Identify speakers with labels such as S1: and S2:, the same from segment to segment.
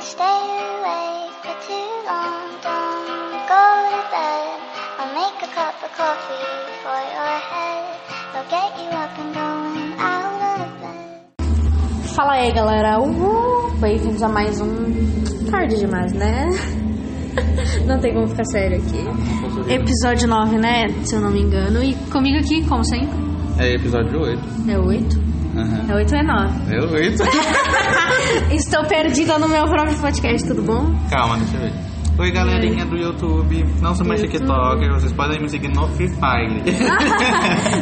S1: stay awake for too long. Don't go to bed. I'll make a cup of coffee for your head. I'll get you up and going out of bed.
S2: Fala aí, galera. Uhul! Bem-vindos a mais um. Tarde demais, né? Não tem como ficar sério aqui. Episódio 9, né? Se eu não me engano. E comigo aqui, como sempre,
S3: É episódio 8.
S2: é 8. É 8 ou é 9?
S3: É o 8?
S2: Estou perdida no meu próprio podcast, tudo bom?
S3: Calma, deixa eu ver. Oi, galerinha do YouTube. Não sou mais
S2: YouTube.
S3: TikToker, vocês podem me seguir no Free Fire.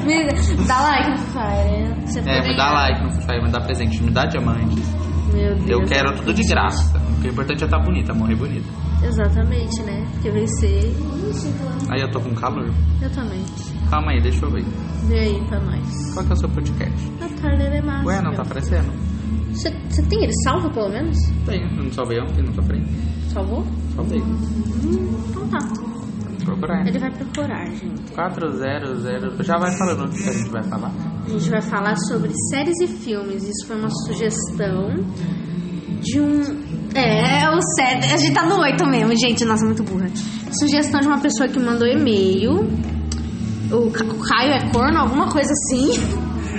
S2: Me- dá like no Fire. Você
S3: É,
S2: pode
S3: me dá
S2: ganhar.
S3: like no Free Fire, me dá presente, me dá diamantes.
S2: Meu Deus.
S3: Eu quero tudo de graça. O que é importante é estar bonita, morrer bonita.
S2: Exatamente, né? Porque vencer.
S3: Aí eu tô com calor.
S2: Eu também.
S3: Calma aí, deixa eu ver.
S2: Vê aí pra nós.
S3: Qual que é o seu podcast?
S2: A tarde é massa.
S3: Ué, não tá aparecendo?
S2: Você você tem ele salvo, pelo menos?
S3: Tem, eu não salvei ontem, não sofri.
S2: Salvou?
S3: Salvei.
S2: Então tá.
S3: Vou procurar.
S2: Ele vai procurar, gente.
S3: 400. Já vai falando o que a gente vai falar.
S2: A gente vai falar sobre séries e filmes. Isso foi uma sugestão de um. É, é o set. A gente tá no 8 mesmo, gente. Nossa, muito burra. Sugestão de uma pessoa que mandou e-mail. O Ca- o Caio é corno, alguma coisa assim.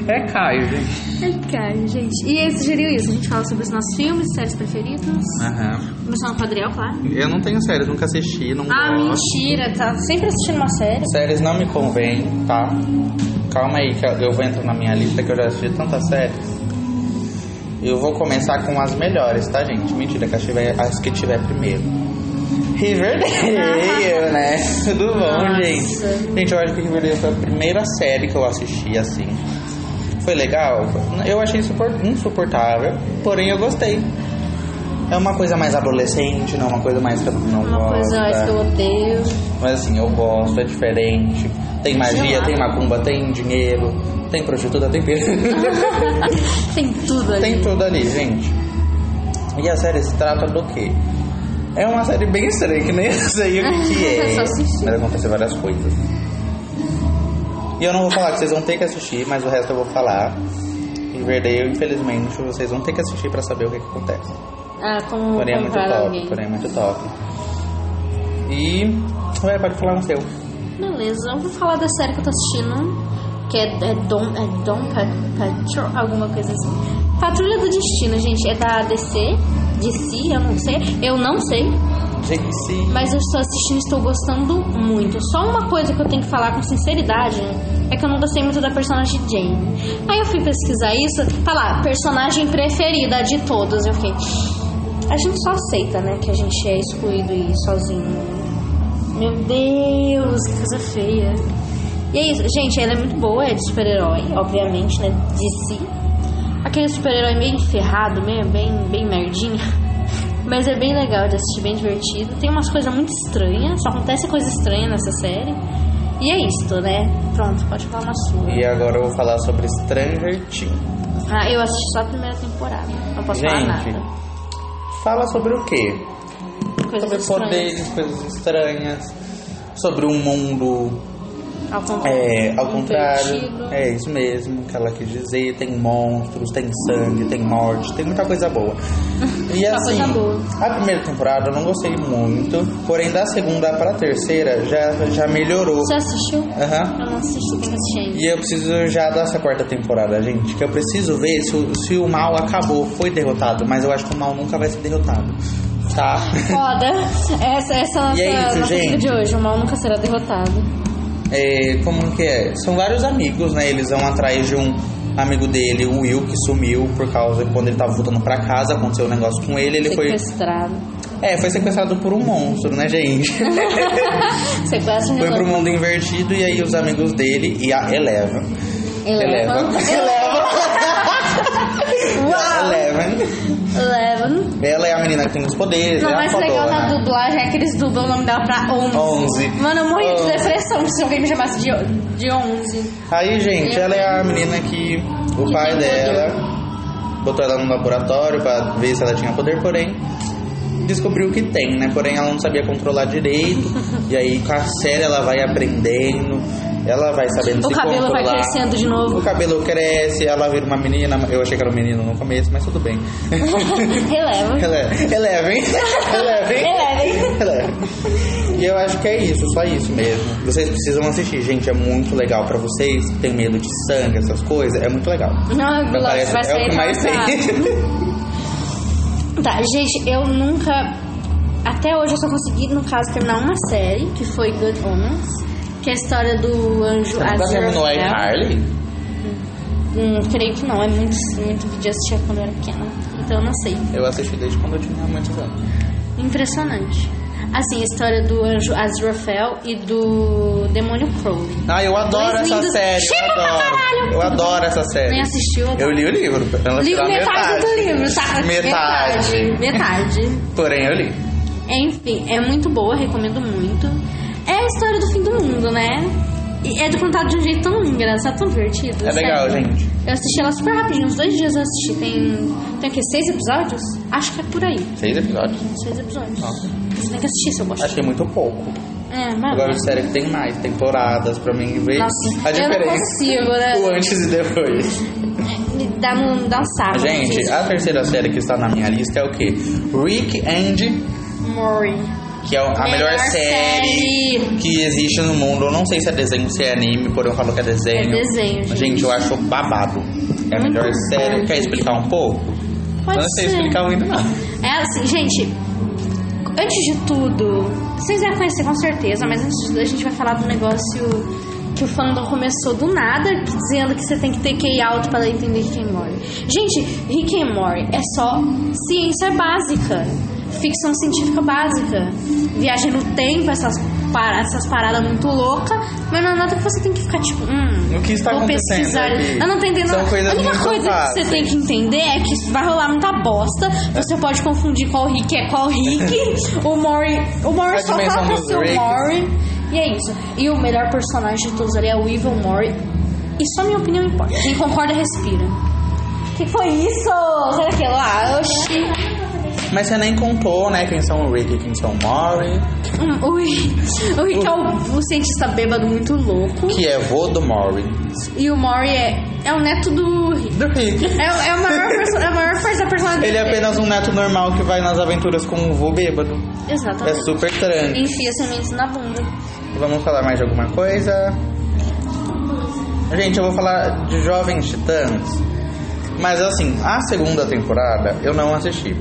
S3: É Caio, gente.
S2: Ai, É Caio, gente. E ele sugeriu isso. A gente fala sobre os nossos filmes, séries preferidas.
S3: Aham.
S2: Começando com o Adriel, claro.
S3: Eu não tenho séries, nunca assisti, não
S2: Ah,
S3: gosto.
S2: mentira. Tá sempre assistindo uma série.
S3: Séries não me convém, tá? Calma aí que eu vou entrar na minha lista que eu já assisti tantas séries. Eu vou começar com as melhores, tá, gente? Mentira, que as, tiver- as que tiver primeiro. Riverdale, né? Tudo bom,
S2: Nossa.
S3: gente? Gente, eu acho que Riverdale foi a primeira série que eu assisti, assim. Foi legal? Eu achei insupor- insuportável, porém eu gostei. É uma coisa mais adolescente, não é uma coisa mais que eu não
S2: Uma
S3: gosto. é.
S2: coisa que eu odeio.
S3: Mas assim, eu gosto, é diferente. Tem
S2: Sei
S3: magia,
S2: lá.
S3: tem macumba, tem dinheiro, tem prostituta, tem pirâmide.
S2: Tem tudo ali.
S3: tem tudo ali, gente. E a série se trata do quê? É uma série bem estranha, que nem eu sei o que é.
S2: Só assistir.
S3: Vai acontecer várias coisas. E eu não vou falar que vocês vão ter que assistir, mas o resto eu vou falar. Riverdale, infelizmente, vocês vão ter que assistir pra saber o que, que acontece.
S2: Ah, como
S3: Porém é muito
S2: comprar
S3: top,
S2: alguém.
S3: porém é muito top. E... Vai, pode falar no seu.
S2: Beleza, eu vou falar da série que eu tô assistindo, que é, é Dom, é Dom Pat- Patrol, alguma coisa assim. Patrulha do Destino, gente, é da DC, DC, eu não sei, eu não sei,
S3: Gente, se...
S2: mas eu estou assistindo e estou gostando muito. Só uma coisa que eu tenho que falar com sinceridade é que eu não gostei muito da personagem Jane. Aí eu fui pesquisar isso, tá lá, personagem preferida de todas, eu fiquei... A gente só aceita, né, que a gente é excluído e sozinho meu Deus, que coisa feia. E é isso, gente, ela é muito boa, é de super-herói, obviamente, né? De si. Aquele super-herói meio ferrado, meio bem, bem merdinho. Mas é bem legal de assistir, bem divertido. Tem umas coisas muito estranhas, só acontece coisa estranha nessa série. E é isto, né? Pronto, pode falar uma sua.
S3: E agora eu vou falar sobre Stranger Things.
S2: Ah, eu assisti só a primeira temporada, não posso falar
S3: Gente,
S2: nada.
S3: fala sobre o quê?
S2: Coisas
S3: sobre
S2: estranhas.
S3: poderes, coisas estranhas, sobre um mundo
S2: Ao contrário. Um
S3: é, ao
S2: Invertido.
S3: contrário. É isso mesmo que ela quis dizer. Tem monstros, tem sangue, tem morte, tem muita coisa boa. E
S2: Só
S3: assim,
S2: coisa boa.
S3: a primeira temporada eu não gostei muito, porém da segunda pra terceira já, já melhorou.
S2: Você assistiu?
S3: Aham.
S2: Eu não assisti, tem que assistir ainda.
S3: E eu preciso já dessa quarta temporada, gente. Que eu preciso ver se o, se o mal acabou, foi derrotado. Mas eu acho que o mal nunca vai ser derrotado. Tá?
S2: Foda. Essa, essa é a nossa,
S3: E é isso,
S2: nossa dica
S3: gente.
S2: de hoje. O mal nunca será derrotado.
S3: É, como que é? São vários amigos, né? Eles vão atrás de um amigo dele, o Will, que sumiu por causa quando ele tava voltando pra casa, aconteceu um negócio com ele, ele foi.
S2: Sequestrado.
S3: É, foi sequestrado por um monstro, né, gente?
S2: Sequestro
S3: foi pro
S2: resolvido.
S3: mundo invertido e aí os amigos dele e a Eleva.
S2: Eleven. Uau!
S3: Eleven.
S2: Eleven.
S3: Ela é a menina que tem os poderes,
S2: Não,
S3: é a
S2: mais legal
S3: fodona.
S2: na dublagem é que eles dublam o nome dela pra 11.
S3: 11.
S2: Mano, eu morria de
S3: Onze.
S2: depressão se alguém me chamasse de, o- de 11.
S3: Aí, gente, ela é a menina que o
S2: Que
S3: pai
S2: tem
S3: dela botou ela no laboratório pra ver se ela tinha poder, porém descobriu que tem, né? Porém, ela não sabia controlar direito. e aí, com a série, ela vai aprendendo. Ela vai sabendo
S2: O
S3: se
S2: cabelo vai
S3: controlar.
S2: crescendo de novo.
S3: O cabelo cresce, ela vira uma menina. Eu achei que era um menino no começo, mas tudo bem.
S2: Releva.
S3: Eleve- Elevem. Elevem.
S2: Elevem.
S3: Elevem. E eu acho que é isso, só isso mesmo. Vocês precisam assistir, gente, é muito legal pra vocês. que Tem medo de sangue, essas coisas, é muito legal.
S2: Não, lógico,
S3: Não parece-
S2: vai
S3: é o
S2: sair
S3: que mais
S2: marcado.
S3: tem.
S2: Tá, gente, eu nunca. Até hoje eu só consegui, no caso, terminar uma série, que foi Good Omens, que é a história do anjo
S3: Você nunca
S2: Azrael.
S3: terminou a Harley?
S2: Hum, creio que não, é muito, muito vídeo eu assistia quando eu era pequena, então eu não sei.
S3: Eu assisti desde quando eu tinha muitos anos.
S2: Impressionante. Assim, a história do anjo Azrael e do demônio Crowley.
S3: Ah, eu adoro
S2: Dois
S3: essa
S2: lindos-
S3: série.
S2: Chega
S3: eu
S2: pra
S3: adoro.
S2: caralho!
S3: Eu adoro essa série.
S2: Nem assistiu, eu adoro.
S3: Eu li o livro. ela
S2: Li
S3: tirou a
S2: metade, do livro, tá?
S3: Metade.
S2: Metade. metade.
S3: Porém, eu li.
S2: Enfim, é muito boa, recomendo muito. É a história do fim do mundo, né? E é de contar de um jeito tão engraçado, tão divertido.
S3: É
S2: sério.
S3: legal, gente.
S2: Eu assisti ela super rapidinho, uns dois dias eu assisti. Tem, tem o quê? Seis episódios? Acho que é por aí.
S3: Seis episódios.
S2: Uns Seis episódios.
S3: Nossa.
S2: Você tem que assistir, seu bosta.
S3: Achei muito pouco.
S2: É, mas...
S3: Agora de série que tem mais temporadas pra mim ver
S2: Nossa,
S3: a
S2: eu não
S3: diferença.
S2: consigo, né?
S3: O antes e depois.
S2: Me dá um, dá um sarro.
S3: Gente, a terceira série que está na minha lista é o quê? Rick and
S2: Mori.
S3: que é a melhor, série,
S2: série.
S3: que existe no mundo. Eu não sei se é desenho, se é anime, porém eu falo que é desenho.
S2: É desenho, gente.
S3: Gente, eu acho babado. É a melhor
S2: Muito
S3: série.
S2: bom.
S3: Quer explicar um pouco?
S2: Pode
S3: eu não sei
S2: ser.
S3: explicar muito, não.
S2: É assim, gente. Antes de tudo, vocês já conhecer com certeza, mas antes de tudo a gente vai falar do negócio que o fandom começou do nada, que- dizendo que você tem que ter QI alto para entender Rick and Morty. Gente, Rick and Morty é só ciência básica, ficção científica básica, viagem no tempo, essas, para- essas paradas muito loucas, mas não é nada que você tem que ficar tipo, hum,
S3: O que está
S2: vou
S3: acontecendo
S2: pesquisar.
S3: aqui?
S2: Eu não tô entendendo
S3: São
S2: nada.
S3: coisas
S2: A única
S3: muito
S2: coisa que você
S3: fáceis.
S2: tem que entender é que vai rolar muita bosta. Você pode confundir qual Rick é qual Rick. o Mori. O
S3: A
S2: Mori só
S3: dimensão
S2: fala pra
S3: dos
S2: ser o
S3: Ricks.
S2: Mori. E é isso. E o melhor personagem de todos ali é o Evil Mori. E só minha opinião importa. Quem concorda, respira. Que foi isso? Será que é lá? Oxi.
S3: Mas você nem contou, né? Quem são o Rick e quem são o Mori.
S2: Hum, o Rick, o Rick é o, o cientista bêbado muito louco.
S3: Que é vô do Mori.
S2: E o Mori é, é o neto do Rick.
S3: Do Rick.
S2: É, é, o maior perso- é a maior parte da personalidade.
S3: Ele é apenas um neto normal que vai nas aventuras com um vô bêbado. É
S2: Exatamente.
S3: super estranho.
S2: Enfia sementes na bunda.
S3: Vamos falar mais de alguma coisa? Gente, eu vou falar de Jovens Titãs. Mas assim, a segunda temporada eu não assisti.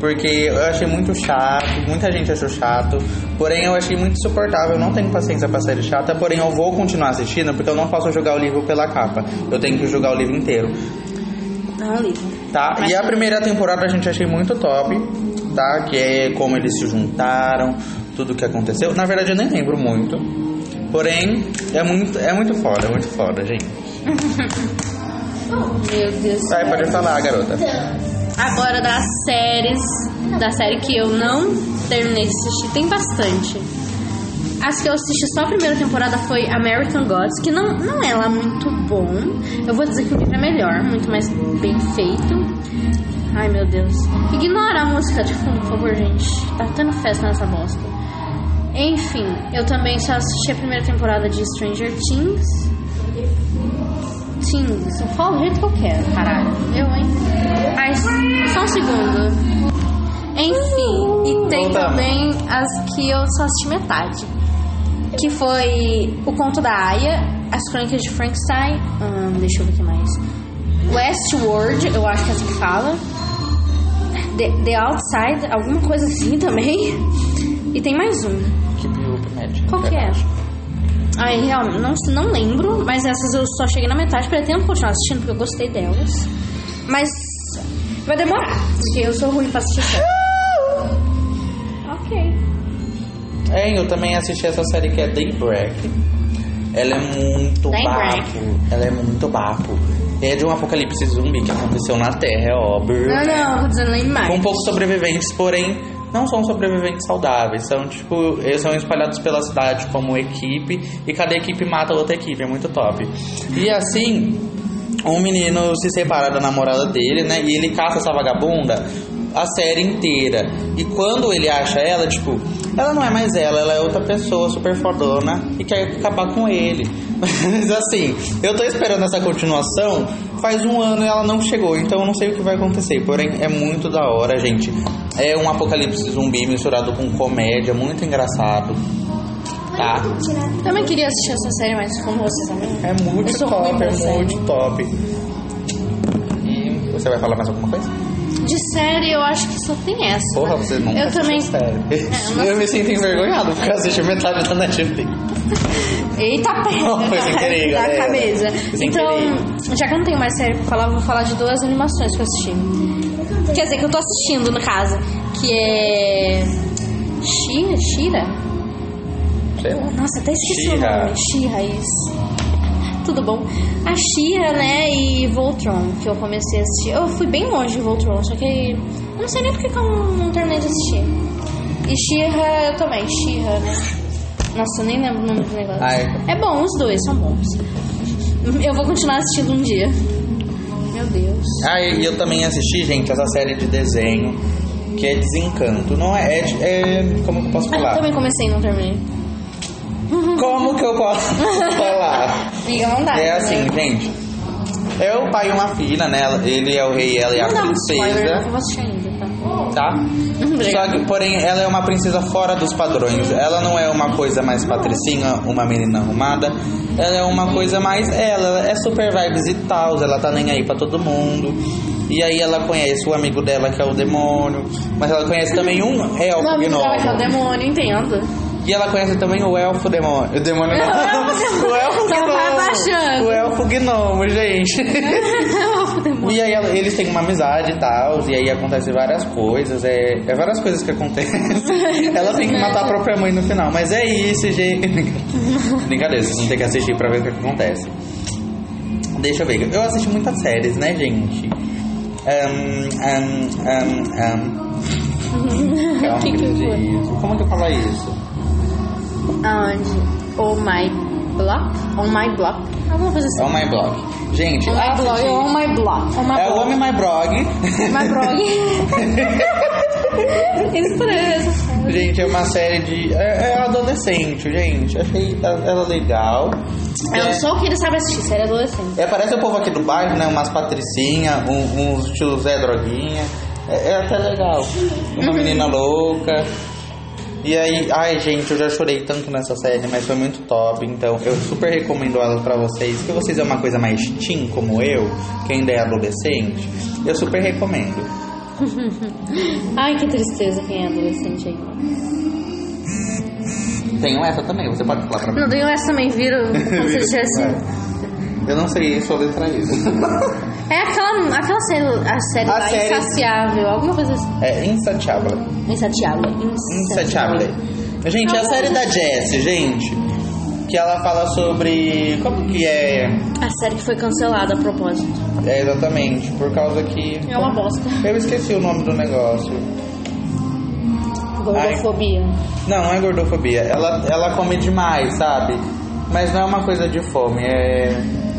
S3: Porque eu achei muito chato, muita gente achou chato. Porém, eu achei muito insuportável. Eu não tenho paciência pra série chata. Porém, eu vou continuar assistindo porque eu não posso jogar o livro pela capa. Eu tenho que jogar o livro inteiro.
S2: Não é um livro.
S3: Tá?
S2: Mas
S3: e a
S2: tudo
S3: primeira temporada a gente achei muito top, tá? Que é como eles se juntaram, tudo que aconteceu. Na verdade eu nem lembro muito. Porém, é muito, é muito foda, é muito foda, gente.
S2: Meu Deus.
S3: Sai, pode falar, garota.
S2: É. Agora das séries, da série que eu não terminei de assistir, tem bastante. As que eu assisti só a primeira temporada foi American Gods, que não, não é lá muito bom. Eu vou dizer que o livro é melhor, muito mais bem feito. Ai meu Deus. Ignora a música de fundo, por favor, gente. Tá tendo festa nessa bosta. Enfim, eu também só assisti a primeira temporada de Stranger Things. Sim, eu falo do jeito que eu quero, caralho. Eu, hein? Ai, só um segundo. Enfim, e tem
S3: Voltamos.
S2: também as que eu só assisti metade. Que foi O Conto da Aya, As Crônicas de Frankenstein, hum, deixa eu ver o que mais. Westworld, eu acho que é assim que fala. The, The Outside, alguma coisa assim também. E tem mais um.
S3: Que piupa, médica.
S2: Qual que é? Ai, realmente, não, não lembro, mas essas eu só cheguei na metade, pretendo continuar assistindo porque eu gostei delas. Mas vai demorar, porque eu sou ruim pra assistir série. ok.
S3: É, eu também assisti essa série que é Daybreak. Ela é muito
S2: Daybreak.
S3: bafo. Ela é muito bafo. É de um apocalipse zumbi que aconteceu na Terra, é óbvio.
S2: Não, não, tô dizendo lá em
S3: Com
S2: mais.
S3: poucos sobreviventes, porém não são sobreviventes saudáveis. São tipo, eles são espalhados pela cidade como equipe e cada equipe mata outra equipe, é muito top. E assim, um menino se separa da namorada dele, né? E ele caça essa vagabunda a série inteira. E quando ele acha ela, tipo, ela não é mais ela, ela é outra pessoa super fodona e quer acabar com ele. Mas assim, eu tô esperando essa continuação faz um ano e ela não chegou, então eu não sei o que vai acontecer. Porém, é muito da hora, gente. É um apocalipse zumbi misturado com comédia, muito engraçado. Tá?
S2: Também queria assistir essa série, mas como vocês amam.
S3: É
S2: Eu
S3: muito
S2: sou ruim
S3: top,
S2: pra
S3: é
S2: série.
S3: muito top. E você vai falar mais alguma coisa?
S2: De série, eu acho que só tem essa.
S3: Porra, você não
S2: Eu também. eu não
S3: Sério. Eu me sinto envergonhado porque eu assisti metade da Netflix.
S2: Eita pega!
S3: Não, foi sem querer,
S2: da
S3: galera.
S2: cabeça.
S3: Foi sem
S2: Então, já que eu não tenho mais série pra falar, eu vou falar de duas animações que eu assisti. Quer dizer, que eu tô assistindo, no caso. Que é. Shira? Shira?
S3: Sei lá.
S2: Nossa, até esqueci o
S3: She-Ra.
S2: nome. Shira, isso. Tudo bom? A Shira, né? E Voltron, que eu comecei a assistir. Eu fui bem longe de Voltron, só que. Eu não sei nem porque que eu não, não terminei de assistir. E Shira, eu também. Shira, né? Nossa, eu nem lembro o nome do negócio.
S3: Ai.
S2: É bom, os dois são bons. Eu vou continuar assistindo um dia. Meu Deus.
S3: Ah, e eu também assisti, gente, essa série de desenho que é Desencanto. Não é. é, de- é- como que eu posso
S2: Ah, eu
S3: falar?
S2: também comecei e não terminei.
S3: Como que eu posso falar?
S2: Liga, não dá.
S3: É
S2: né?
S3: assim, gente. É o pai e uma filha, né? Ele é o rei, ela é a
S2: Não dá muito spoiler, não, que eu
S3: princesa,
S2: vou assistir ainda, tá?
S3: tá?
S2: Obrigada.
S3: Só que, porém, ela é uma princesa fora dos padrões. Ela não é uma coisa mais patricinha, uma menina arrumada. Ela é uma coisa mais. Ela ela é super vibes e tal. Ela tá nem aí pra todo mundo. E aí ela conhece o amigo dela que é o demônio. Mas ela conhece também um
S2: O
S3: elfo
S2: nome dela que é o
S3: gnomo.
S2: demônio, entendo.
S3: E ela conhece também o elfo demônio. O demônio não.
S2: elfo
S3: O elfo
S2: Só vai
S3: gnomo.
S2: abaixando.
S3: O elfo gnomo, gente. E aí ela- eles têm uma amizade e tal, e aí acontecem várias coisas, é, é várias coisas que acontecem. Ela tem que matar a própria mãe no final, mas é isso, gente. Brincadeira, vocês vão ter que assistir pra ver o que acontece. Deixa eu ver, eu assisti muitas séries, né, gente? Ahn, ahn, ahn, ahn. Calma,
S2: Que que foi?
S3: acredito. Como que eu falo isso?
S2: Aonde? Oh my block? On my block? Alguma coisa assim.
S3: É o My Blog. Gente,
S2: On my blog,
S3: assisti-
S2: on my block. On my
S3: é o
S2: blog.
S3: Homem My Blog.
S2: My blog. Estranho essa série.
S3: Gente, é uma série de. É, é adolescente, gente. Achei a- ela legal.
S2: É
S3: É,
S2: só o que ele sabe assistir, série adolescente.
S3: é, parece o povo aqui do bairro, né? Umas patricinhas, um, uns tio Zé Droguinha. É, é até legal. Uma menina louca. E aí, ai gente, eu já chorei tanto nessa série, mas foi muito top. Então eu super recomendo ela pra vocês. Se vocês é uma coisa mais teen como eu, que ainda é adolescente, eu super recomendo.
S2: Ai, que tristeza quem é adolescente ainda.
S3: Tenho um essa também, você pode falar pra mim.
S2: Não, deu essa também, viram? Como se assim, tivesse...
S3: Eu não sei soletrar isso.
S2: É aquela, aquela série, a série
S3: A
S2: lá,
S3: série-
S2: Insaciável, alguma coisa assim.
S3: É insatiável.
S2: Insaciável.
S3: Insatiável. Gente, é a série da Jess, gente. Que ela fala sobre. Como que é?
S2: A série que foi cancelada a propósito.
S3: É exatamente, por causa que.
S2: É uma bosta.
S3: Eu esqueci o nome do negócio.
S2: Gordofobia.
S3: Não, não é gordofobia. Ela, ela come demais, sabe? Mas não é uma coisa de fome, é.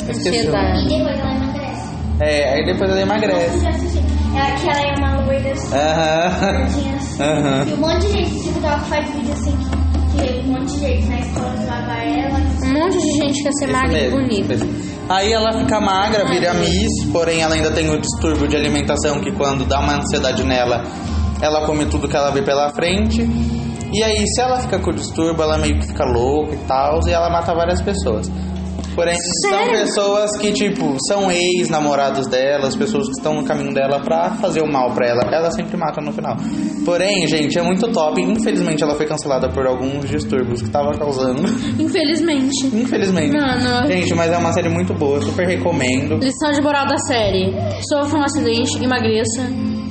S3: eu Esqueci o nome.
S2: Ansiedade.
S1: depois ela emagrece.
S3: É, aí depois ela emagrece.
S1: Já assisti. Ela, que ela é uma loira assim,
S3: Aham.
S1: gordinha assim.
S3: Aham.
S1: E um monte de gente do TikTok faz vídeo assim, que, que um monte de gente na escola zoava ela.
S2: Um monte de gente quer ser
S3: Isso
S2: magra e
S3: mesmo.
S2: bonita.
S3: Aí ela fica magra, vira miss, porém ela ainda tem o distúrbio de alimentação que quando dá uma ansiedade nela, ela come tudo que ela vê pela frente. E aí, se ela fica com o distúrbio, ela meio que fica louca e tal, e ela mata várias pessoas. Porém,
S2: Sério?
S3: são pessoas que, tipo, são ex-namorados delas, pessoas que estão no caminho dela pra fazer o mal pra ela. Ela sempre mata no final. Porém, gente, é muito top. Infelizmente, ela foi cancelada por alguns distúrbios que tava causando.
S2: Infelizmente.
S3: Infelizmente.
S2: Mano.
S3: Gente, mas é uma série muito boa, eu super recomendo.
S2: Lição de moral da série. Sofra um acidente, emagreça,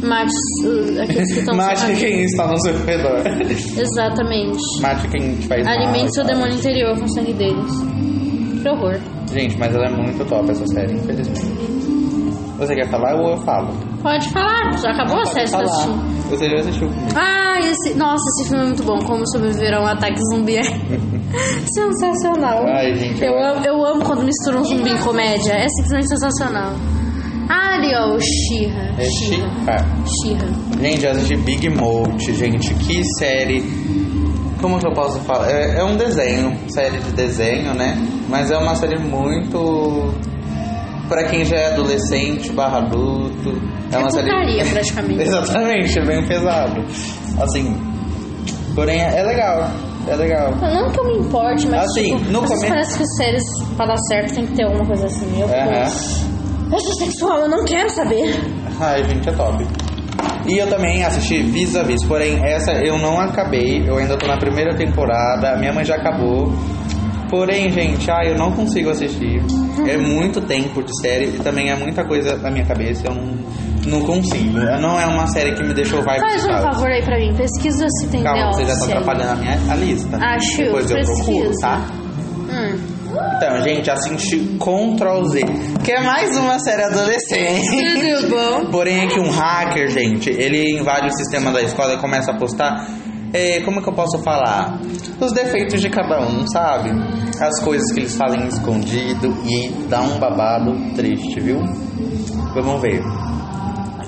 S2: mate uh, aqueles que estão
S3: Mate quem está no seu redor.
S2: Exatamente.
S3: Mate quem te faz mal e
S2: Alimente seu
S3: tal.
S2: demônio interior com o sangue deles. Que horror.
S3: Gente, mas ela é muito top essa série, infelizmente. Você quer falar ou eu falo?
S2: Pode falar, já acabou a série que você assistiu.
S3: Você já assistiu comigo.
S2: Ah, esse. Nossa, esse filme é muito bom. Como sobreviver a um ataque zumbi é sensacional.
S3: Ai, gente,
S2: eu,
S3: eu-
S2: amo, eu amo quando misturam zumbi e comédia. É simplesmente sensacional. Ariel Shira.
S3: É Chica. Gente, eu assisti Big Mouth, gente. Que série. Como que eu posso falar? É, é um desenho, série de desenho, né? Mas é uma série muito. Pra quem já é adolescente, barra adulto. É,
S2: É
S3: uma
S2: putaria,
S3: série.
S2: praticamente.
S3: Exatamente, é bem pesado. Assim. Porém, é é legal. É legal.
S2: Não que eu me importe, mas
S3: Assim,
S2: tipo,
S3: no
S2: às vezes
S3: começo-
S2: parece que séries pra dar certo tem que ter alguma coisa assim. Eu
S3: Aham.
S2: fico, eu sou sexual, eu não quero saber.
S3: Ai, gente, é top. E eu também assisti Vis a Vis, porém essa eu não acabei, eu ainda tô na primeira temporada, a minha mãe já acabou. Porém, gente, ai, eu não consigo assistir. É muito tempo de série e também é muita coisa na minha cabeça, eu não, não consigo. Não é uma série que me deixou vibe
S2: Faz
S3: de
S2: um
S3: casa.
S2: favor aí pra mim, pesquisa se tem The
S3: É Calma,
S2: Office
S3: vocês já estão
S2: aí.
S3: atrapalhando a minha a lista.
S2: Acho,
S3: Depois eu procuro,
S2: pesquisa.
S3: tá?
S2: Hum.
S3: Então, gente, assisti Ctrl Z, que é mais uma série adolescente.
S2: Tudo bom?
S3: Porém, é que um hacker, gente, ele invade o sistema da escola e começa a postar. eh, como que eu posso falar? Os defeitos de cada um, sabe? As coisas que eles fazem escondido e dá um babado triste, viu? Vamos ver.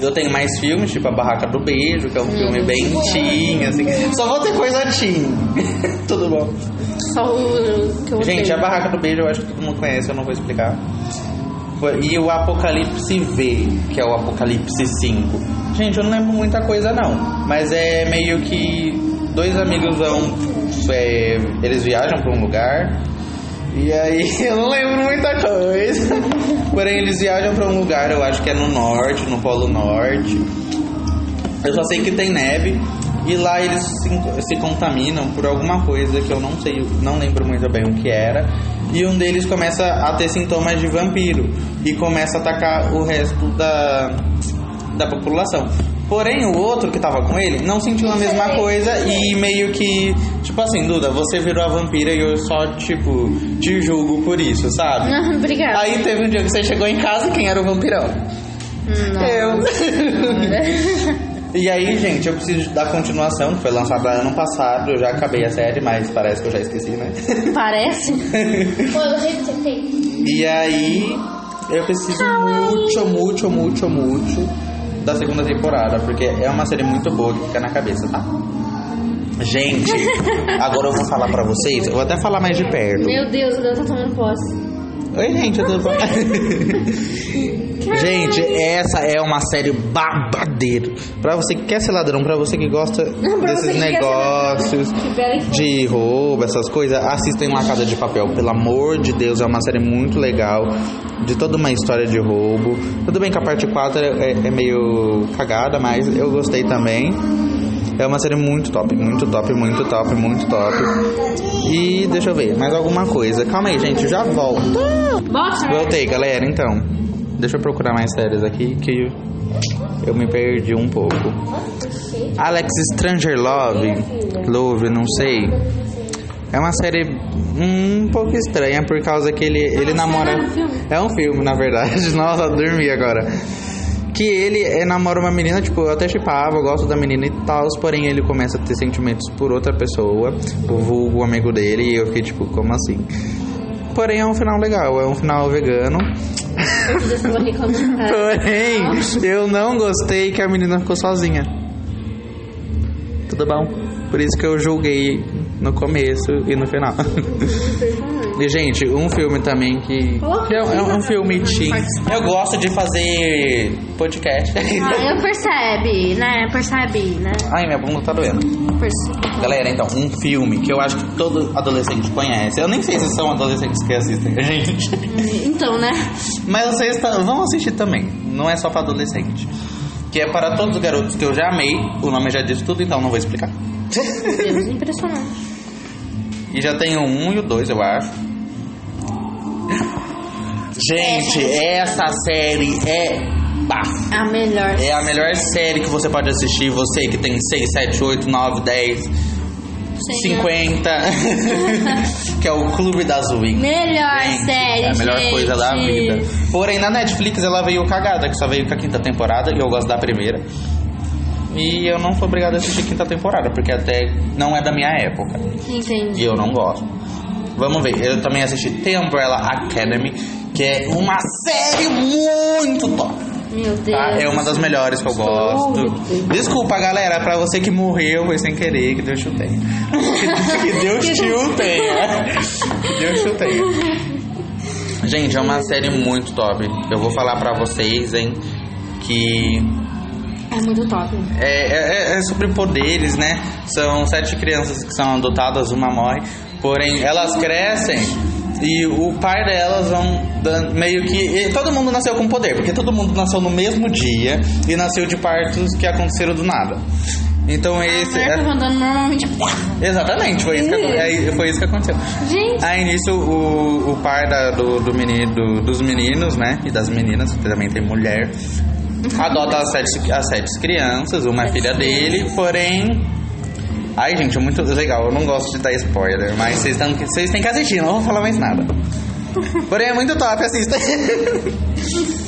S3: Eu tenho mais filmes, tipo A Barraca do Beijo, que é um filme bem teen, assim. Só vou ter coisa teen. Tudo bom.
S2: Só o que eu
S3: Gente,
S2: odeio.
S3: a Barraca do Beijo eu acho que todo mundo conhece, eu não vou explicar. E o Apocalipse V, que é o Apocalipse 5. Gente, eu não lembro muita coisa não, mas é meio que dois amigos vão. é, eles viajam pra um lugar. E aí eu não lembro muita coisa. Porém, eles viajam pra um lugar, eu acho que é no norte, no Polo Norte. Eu só sei que tem neve e lá eles se, se contaminam por alguma coisa que eu não sei, não lembro muito bem o que era. E um deles começa a ter sintomas de vampiro e começa a atacar o resto da, da população. Porém, o outro que tava com ele não sentiu a mesma coisa e meio que, tipo assim, Duda, você virou a vampira e eu só, tipo, te julgo por isso, sabe?
S2: Ah, Obrigada.
S3: Aí teve um dia que você chegou em casa e quem era o vampirão?
S2: Não.
S3: é, Eu. E aí, gente, eu preciso da continuação, que foi lançada ano passado. Eu já acabei a série, mas parece que eu já esqueci, né?
S2: Parece?
S4: Foi o jeito que você fez.
S3: E aí, eu preciso muito, muito, muito, muito da segunda temporada, porque é uma série muito boa que fica na cabeça, tá? Gente, agora eu vou falar pra vocês, eu vou até falar mais de perto.
S2: Meu Deus, o Deus tá tomando posse.
S3: Oi, gente, tudo bom? gente, essa é uma série babadeira. Pra você que quer ser ladrão, pra você que gosta
S2: você
S3: desses
S2: que quer ser
S3: negócios
S2: Que bela que
S3: de roubo, essas coisas, assistem La Casa de Papel. Pelo amor de Deus, é uma série muito legal. De toda uma história de roubo. Tudo bem que a parte 4 é, é meio cagada, mas eu gostei também. É uma série muito top, muito top, muito top, muito top. E deixa eu ver, mais alguma coisa. Calma aí, gente, eu já volto.
S2: Bota, né?
S3: Voltei, galera, então. Deixa eu procurar mais séries aqui que eu me perdi um pouco. Alex Stranger Love, Love, não sei. É uma série um pouco estranha por causa que ele, ele namora.
S2: é um filme?
S3: É um filme, na verdade. Nossa, dormi agora. Que ele é, namora uma menina, tipo, eu até chipava, eu gosto da menina e tal, porém ele começa a ter sentimentos por outra pessoa, o vulgo amigo dele, e eu fiquei tipo, como assim? Porém é um final legal, é um final vegano.
S2: Eu disse que eu vou reclamar.
S3: Porém, eu não gostei que a menina ficou sozinha. Tudo bom? Por isso que eu julguei no começo e no final. E, gente, um filme também que. que é, é um filme teen. Eu gosto de fazer podcast.
S2: Ah, eu percebe, né? Percebe, né?
S3: Ai, minha bunda tá doendo.
S2: Percebe.
S3: Galera, então, um filme que eu acho que todo adolescente conhece. Eu nem sei se são adolescentes que assistem a gente.
S2: Então, né?
S3: Mas vocês tá- vão assistir também. Não é só pra adolescente. Que é para todos os garotos que eu já amei. O nome já diz tudo, então não vou explicar.
S2: Meu Deus, impressionante.
S3: E já tem o um e o dois, eu acho. Gente, essa série é bafo.
S2: A melhor.
S3: É a melhor série que você pode assistir. Você que tem 6, 7, 8, 9, 10,
S2: Senhor.
S3: 50. que é o Clube das Wings.
S2: Melhor
S3: Gente,
S2: série,
S3: É a melhor
S2: gente.
S3: coisa da vida. Porém, na Netflix ela veio cagada, que só veio com a quinta temporada, e eu gosto da primeira. E eu não sou obrigado a assistir a quinta temporada, porque até não é da minha época. E
S2: Entendi.
S3: eu não gosto. Vamos ver, eu também assisti The Umbrella Academy, que é uma série muito top.
S2: Meu Deus.
S3: Tá? É uma das melhores que eu gosto. Desculpa, galera, pra você que morreu, foi sem querer, que Deus te tenha. que Deus te o tenha. Que Deus te o tenha. Gente, é uma série muito top. Eu vou falar pra vocês, hein, que
S2: É muito top.
S3: é, é- é sobre poderes, né? São sete crianças que são adotadas, uma morre. Porém, elas crescem e o pai delas vão dando, meio que. e todo mundo nasceu com poder, porque todo mundo nasceu no mesmo dia e nasceu de partos que aconteceram do nada. Então esse.
S2: A mulher
S3: é-
S2: tava andando normalmente.
S3: Ah. exatamente, foi isso que, acon- é- foi isso que aconteceu.
S2: Gente,
S3: Aí nisso o, o par da- do, do menino, do- dos meninos, né? E das meninas, que também tem mulher. Adota as sete, as sete crianças, uma é filha dele, porém. Ai, gente, é muito legal. Eu não gosto de dar spoiler, mas vocês tão- vocês têm que assistir, não vou falar mais nada. Porém, é muito top, assista.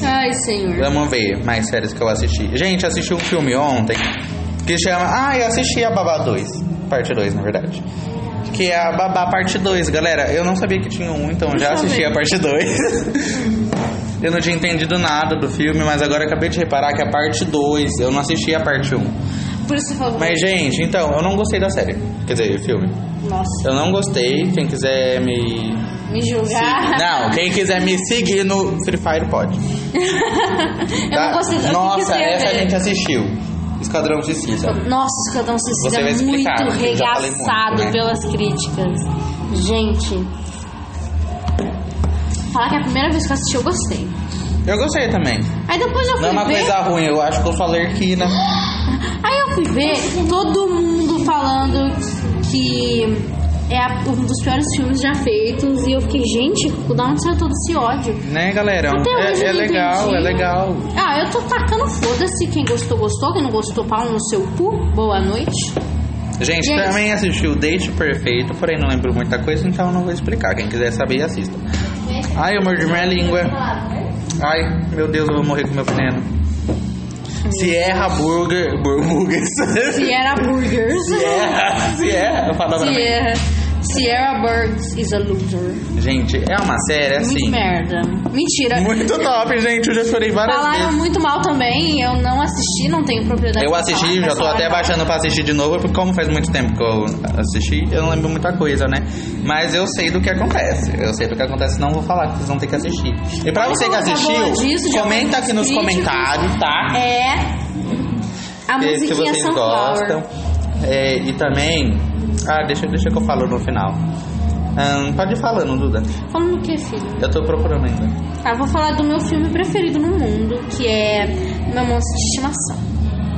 S2: ai senhor.
S3: Vamos ver mais séries que eu assisti. Gente, assisti um filme ontem que chama. Ah, eu assisti a Babá 2. Parte 2, na verdade. Que é a Babá Parte 2, galera. Eu não sabia que tinha um, então já assisti a parte 2. eu não tinha entendido nada do filme, mas agora acabei de reparar que a parte 2. Eu não assisti a parte 1.
S2: Por isso que falou.
S3: Mas, gente, então, eu não gostei da série. Quer dizer, filme.
S2: Nossa,
S3: Eu não gostei. Quem quiser me.
S2: me julgar.
S3: Não, quem quiser me seguir no Free Fire pode.
S2: eu
S3: Tá?
S2: não gostei. eu
S3: Nossa,
S2: não quis
S3: essa a
S2: ver.
S3: gente assistiu. Esquadrão Suicida.
S2: Nossa, o Cadão Suicida
S3: Você vai
S2: é
S3: explicar,
S2: muito
S3: porque eu já falei
S2: regaçado
S3: muito, né?
S2: pelas críticas. Gente. Falar que é a primeira vez que eu assisti eu gostei.
S3: Eu gostei também.
S2: Aí depois eu fui
S3: Não é uma
S2: ver.
S3: coisa ruim, eu acho que eu falei aqui, né?
S2: Aí eu fui ver todo mundo falando que é a- um dos piores filmes já feitos. E eu fiquei, gente, da onde saiu todo esse ódio?
S3: Né, galera?
S2: Até
S3: É-
S2: hoje
S3: é
S2: eu não
S3: legal,
S2: entendi.
S3: é legal.
S2: Ah, eu tô tacando foda-se. Quem gostou, gostou. Quem não gostou, pau no seu cu. Boa noite.
S3: Gente,
S2: Gente.
S3: também assisti o Date Perfeito, porém não lembro muita coisa, então não vou explicar. Quem quiser saber, assista. Ai, eu mordi minha língua. Ai, meu Deus, eu vou morrer com meu veneno. Sierra Burger. Bur- Burgers.
S2: Sierra Burgers.
S3: Sierra. Sierra. Fala pra mim.
S2: Sierra. Sierra Burgers is a loser.
S3: Gente, é uma série
S2: Muito
S3: assim.
S2: merda. Mentira.
S3: Muito top, gente. Eu já chorei várias
S2: Falaram
S3: vezes.
S2: muito mal também. Eu não assisti, não tenho propriedade.
S3: Eu
S2: pra falar,
S3: assisti, já
S2: mas
S3: tô até
S2: falaram mal.
S3: baixando pra assistir de novo, porque como faz muito tempo que eu assisti, eu não lembro muita coisa, né? Mas eu sei do que acontece. Eu sei do que acontece, não vou falar, que vocês vão ter que assistir. E pra
S2: Olha
S3: você que
S2: como tá
S3: assistiu,
S2: boa disso, já
S3: comenta
S2: foi
S3: aqui nos
S2: críticos.
S3: comentários, tá?
S2: É. A
S3: Se- se
S2: musiquinha é
S3: vocês gostam.
S2: Sunflower.
S3: É, e também. Ah, deixa, deixa que eu falo no final. Ahn, pode ir falando, Duda.
S2: Falando o que, filho?
S3: Eu tô procurando ainda.
S2: Tá, eu vou falar do meu filme preferido no mundo, que é Meu Monstro de Estimação.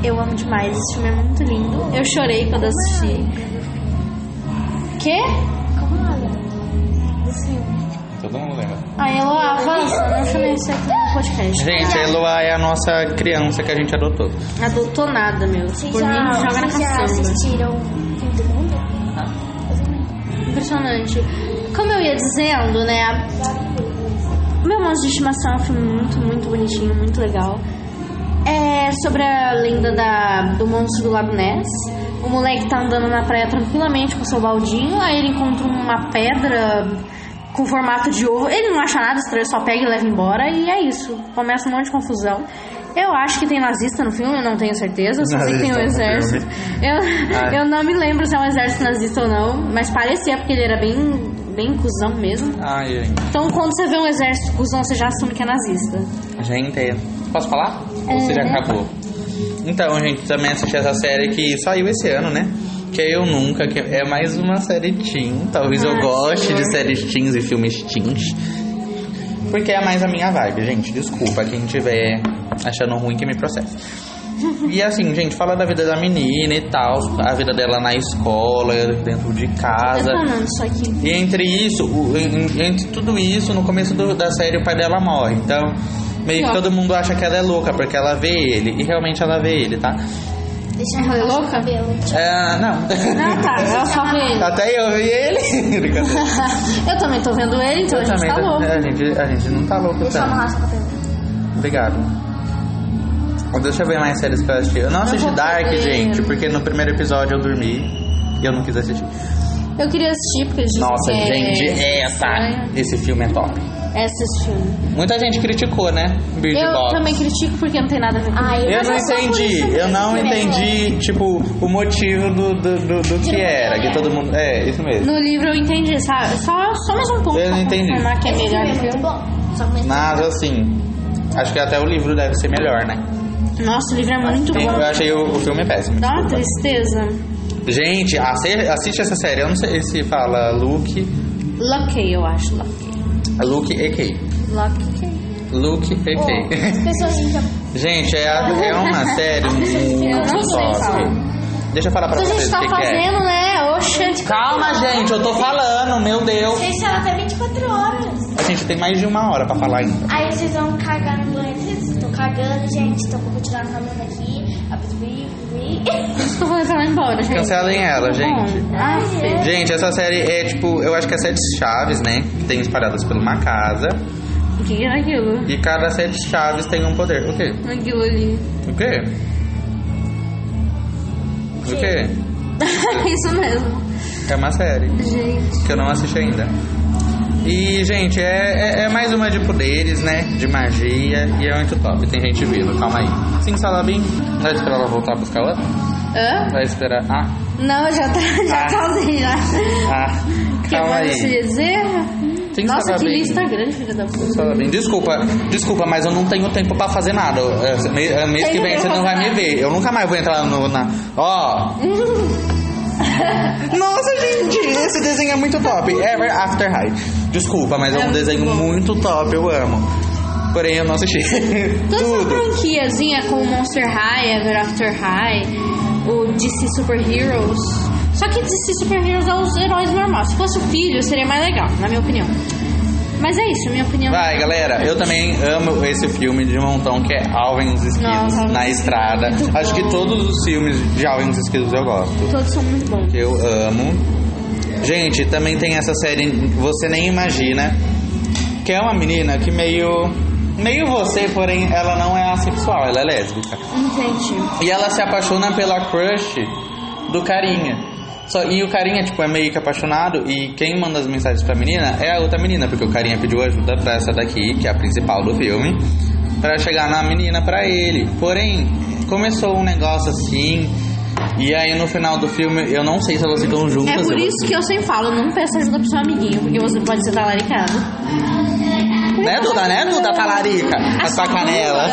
S2: Eu amo demais, esse filme é muito lindo. Eu chorei quando assisti. Quê?
S4: Como é? Do filme.
S3: Todo mundo lembra.
S2: A Eloá avança, não falei isso aqui no podcast.
S3: Gente, a Eloá é a nossa criança que a gente adotou.
S2: Adotou nada, meu.
S4: Vocês
S2: Por mim,
S4: já,
S2: joga na
S4: vocês já
S2: caçamba.
S4: assistiram o Fim do Mundo? Eu também.
S2: Impressionante. Como eu ia dizendo, né? Meu monstro de estimação é um filme muito, muito bonitinho, muito legal. É sobre a lenda da, do monstro do Lago Ness. O moleque tá andando na praia tranquilamente com seu baldinho, aí ele encontra uma pedra com formato de ovo. Ele não acha nada estranho, só pega e leva embora, e é isso. Começa um monte de confusão. Eu acho que tem nazista no filme, eu não tenho certeza, eu só sei que tem um
S3: Nazista no
S2: exército. Eu,
S3: Ah.
S2: eu não me lembro se é um exército nazista ou não, mas parecia porque ele era bem, bem cuzão mesmo.
S3: Ai, gente.
S2: Então quando você vê um exército cuzão, você já assume que é nazista.
S3: Gente, posso falar? Ou você já
S2: É.
S3: acabou? Então, gente, também assisti essa série que saiu esse ano, né? Que é Eu Nunca, que é mais uma série teen. Talvez eu
S2: Ah,
S3: goste
S2: senhor.
S3: de séries teens e filmes teens. Porque é mais a minha vibe, gente. Desculpa quem tiver achando ruim que me processe. E assim, gente, fala da vida da menina e tal, a vida dela na escola, dentro de casa.
S2: Detonando isso aqui.
S3: E entre isso, o- en- entre tudo isso, no começo do- da série o pai dela morre. Então, meio que
S2: Pior.
S3: todo mundo acha que ela é louca, porque ela vê ele. E realmente ela vê ele, tá?
S4: Deixa
S2: Ela é
S4: eu
S2: louca?
S4: falar de cabelo.
S3: Ah, não.
S2: Ah tá, eu só vi ele.
S3: Até eu vi ele. Brincadeira.
S2: eu também tô vendo ele, então a
S3: Eu
S2: gente
S3: também
S2: tá
S3: tô-
S2: louco.
S3: A gente, a gente não tá louco
S4: Deixa eu
S3: tanto.
S4: amarrar seu cabelo.
S3: Obrigado. Bom, Deixa eu ver mais séries que eu assisti. Eu não assisti
S2: vou
S3: Dark,
S2: poder.
S3: gente, porque no primeiro episódio eu dormi e eu não quis assistir.
S2: Eu queria assistir porque eles dizem que
S3: Nossa,
S2: é
S3: gente, essa.
S2: estranho.
S3: Esse filme é top.
S2: esse filme.
S3: Muita gente criticou, né? Bird
S2: Eu
S3: Box.
S2: também critico porque não tem nada a ver com
S4: Ah,
S3: Eu
S4: mas
S3: não
S4: é só por
S3: entendi,
S4: isso
S3: eu
S4: mesmo,
S3: não
S4: né?
S3: entendi, tipo, o motivo do, do, do, do que era, que todo mundo. É, isso mesmo.
S2: No livro eu entendi, sabe? Só, só mais um ponto
S3: Eu não
S2: pra
S3: entendi.
S2: confirmar que é
S4: Esse filme
S2: melhor
S4: é
S2: que o
S4: muito
S2: filme.
S4: bom. Só que
S3: Mas assim, acho que até o livro deve ser melhor, né?
S2: Nossa, o livro é muito bom.
S3: Eu achei o, o filme péssimo.
S2: Dá uma tristeza.
S3: Gente, asse- assiste essa série. Eu não sei se fala Luke,
S2: Lucky, eu acho. Lucky.
S3: Luke e Kay.
S2: Lucky.
S3: Luke e
S4: Bom,
S3: Kay.
S4: as pessoas então.
S3: Gente, é, a- é uma série
S2: Oh. não
S3: muito
S2: sei
S3: top. Deixa eu falar pra
S2: Isso a gente
S3: vocês o
S2: tá
S3: que, que é.
S2: fazendo, né? Oxe.
S3: Calma, gente, eu tô falando, meu Deus.
S4: Vocês são até 24 horas.
S3: A gente tem mais de uma hora pra falar ainda.
S4: Aí vocês vão cagar no banheiro. Vocês estão cagando, gente. Então eu vou tirar a câmera aqui. Abrir, abrir.
S2: Desculpa, mas ela vai embora, gente.
S3: Cancelem ela, gente.
S2: Ah, filho.
S3: Gente, essa série é tipo, eu acho que é sete chaves, né? Que tem espalhadas por uma casa.
S2: O que que era aquilo?
S3: E cada sete chaves tem um poder. O quê?
S2: Aquilo ali.
S3: O quê? O quê?
S2: Isso mesmo.
S3: É uma série
S2: Gente.
S3: que eu não assisti ainda. E, gente, é, é- é mais uma de poderes, né? De magia. E é muito top. Tem gente vindo, calma aí. Sim, Salabim. Vai esperar ela voltar a buscar ela?
S2: Hã?
S3: Vai esperar. Ah,
S2: Não, já tá, já
S3: Ah.
S2: causei já.
S3: ah.
S2: O que
S3: Calma
S2: mais você
S3: aí.
S2: ia dizer?
S3: Tem que
S2: Nossa,
S3: saber
S2: que
S3: bem.
S2: lista grande, filha da puta.
S3: Parabéns. Desculpa, desculpa, mas eu não tenho tempo pra fazer nada. É, me- é, Mês
S2: Tem
S3: que
S2: que
S3: vem você não
S2: fazer
S3: vai me
S2: nada.
S3: ver. Eu nunca mais vou entrar no. Na... Ó! Nossa, gente, esse desenho é muito top. Ever After High. Desculpa, mas é,
S2: É
S3: um
S2: muito
S3: desenho
S2: bom.
S3: muito top, eu amo. Porém, eu não assisti.
S2: Toda essa
S3: Tudo.
S2: franquiazinha com o Monster High, Ever After High, o DC Super Heroes. Só que DC Super Heroes é os heróis normais. Se fosse o filho, seria mais legal, na minha opinião. Mas é isso, minha opinião.
S3: Vai, galera, eu também amo esse filme de montão que é Alvin e os Esquilos
S2: Nossa, é
S3: na Estrada.
S2: muito
S3: Acho que
S2: bom.
S3: todos os filmes de Alvin e os Esquilos eu gosto.
S2: Todos são muito bons.
S3: que eu amo. Gente, também tem essa série Você Nem Imagina, que é uma menina que meio. meio você, porém ela não é assexual, ela é lésbica.
S2: Hum, Entendi.
S3: E ela se apaixona pela crush do carinha. Só, e o carinha, tipo, é meio que apaixonado e quem manda as mensagens pra menina é a outra menina, porque o carinha pediu ajuda pra essa daqui, que é a principal do filme, pra chegar na menina pra ele. Porém, começou um negócio assim, e aí no final do filme, eu não sei se elas ficam juntas.
S2: É por
S3: eu vou-
S2: isso que eu sempre falo, não peça ajuda pro seu amiguinho, porque você pode ser talaricado.
S3: Né, Duda? Né, Duda? Talarica?
S2: Ah,
S3: A sua canela.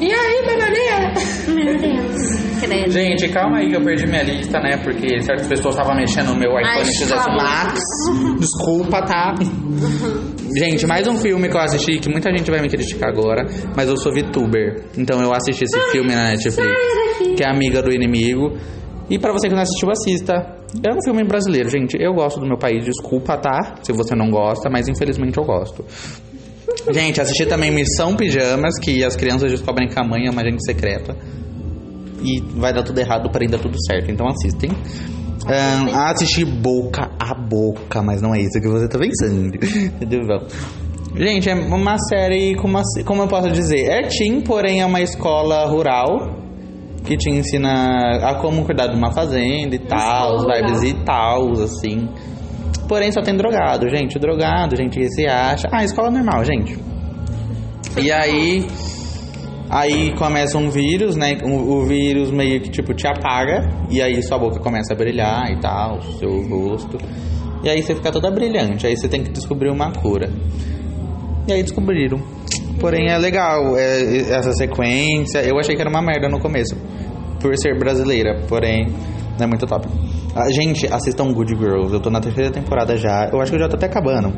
S2: E aí, bananinha? Meu Deus. Credo.
S3: Gente, calma aí que eu perdi minha lista, né? Porque certas pessoas estavam mexendo no meu
S2: Ai,
S3: iPhone XS
S2: calma. Uhum.
S3: Max. Desculpa, tá? Gente, mais um filme que eu assisti que muita gente vai me criticar agora, mas eu sou VTuber. Então eu assisti esse filme na Netflix, que é Amiga do Inimigo. E pra você que não assistiu, assista. É um filme brasileiro, gente. Eu gosto do meu país, desculpa, tá? Se você não gosta, mas infelizmente eu gosto. Gente, assisti também Missão Pijamas, que as crianças descobrem que a mãe é uma agente secreta. E vai dar tudo errado, porém dá tudo certo. Então assistem. Ahn, assisti boca a boca, mas não é isso que você tá pensando. Tudo bom. Gente, é uma série, como, assim- como eu posso dizer? É teen, porém é uma escola rural que te ensina a como cuidar de uma fazenda e tal, os
S2: escola
S3: vibes
S2: rural.
S3: e tal, assim. Porém, só tem drogado, gente. Drogado, gente que se acha. Ah, escola normal, gente. E aí. Aí começa um vírus, né? O, o vírus meio que tipo te apaga. E aí sua boca começa a brilhar e tal, seu rosto. E aí você fica toda brilhante. Aí você tem que descobrir uma cura. E aí descobriram. Porém é legal é, essa sequência. Eu achei que era uma merda no começo. Por ser brasileira, porém é muito top. Ah, gente, assistam Good Girls. Eu tô na terceira temporada já. Eu acho que eu já tô até acabando.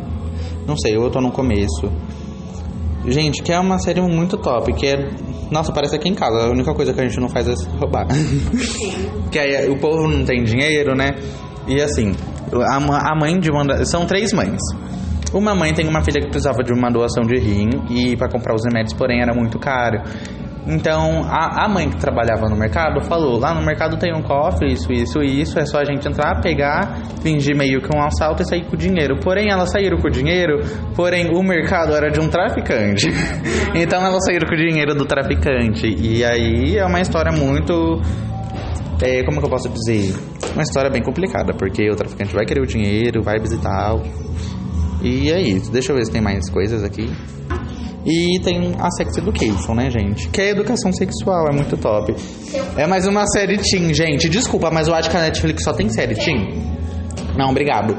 S3: Não sei, ou eu tô no começo. Gente, que é uma série muito top, que é. Nossa, parece aqui em casa. A única coisa que a gente não faz é se roubar. que aí o povo não tem dinheiro, né? E assim, a, ma- a mãe de uma. da- São três mães. Uma mãe tem uma filha que precisava de uma doação de rim e para comprar os remédios, porém era muito caro. Então a, a mãe que trabalhava no mercado falou: lá no mercado tem um cofre, isso, isso, isso, é só a gente entrar, pegar, fingir meio que um assalto e sair com o dinheiro. Porém, elas saíram com o dinheiro, porém o mercado era de um traficante. então elas saíram com o dinheiro do traficante. E aí é uma história muito é, como que eu posso dizer? Uma história bem complicada, porque o traficante vai querer o dinheiro, vai visitar. E é isso. Deixa eu ver se tem mais coisas aqui. E tem a Sex Education, né, gente? Que é educação sexual, é muito top. É mais uma série teen, gente. Desculpa, mas eu acho que a Netflix só tem série teen. Não, obrigado.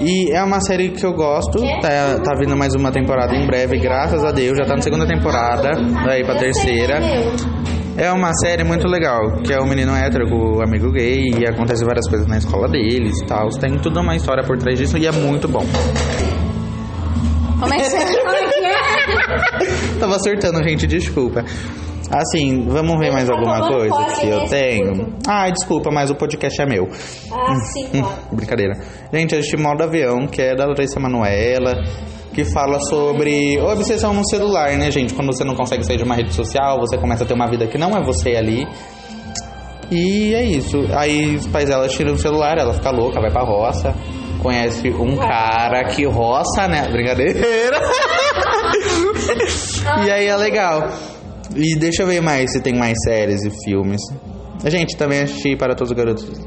S3: E é uma série que eu gosto. Tá, tá vindo mais uma temporada em breve, graças a Deus. Já tá na segunda temporada, daí pra terceira. É uma série muito legal, que é o menino hétero com o amigo gay e acontece várias coisas na escola deles e tal. Tem toda uma história por trás disso e é muito bom.
S2: Como é que você... Como é que é?
S3: Tava surtando, gente, desculpa. Assim, vamos ver mais
S2: Tá
S3: alguma
S2: tomando
S3: coisa
S2: posse
S3: que eu
S2: desse
S3: tenho.
S2: surto.
S3: Ah, desculpa, mas o podcast é meu.
S2: Ah, sim,
S3: Hum,
S2: claro.
S3: brincadeira. Gente, eu assisti Modo Avião, que é da Larissa Manuela, que fala sobre obsessão no celular, né, gente? Quando você não consegue sair de uma rede social, você começa a ter uma vida que não é você ali. E é isso. Aí os pais dela tiram o celular, ela fica louca, vai pra roça. Conhece um cara que roça, né? Brincadeira. e aí é legal. E deixa eu ver mais se tem mais séries e filmes. Gente, também assisti Para Todos os Garotos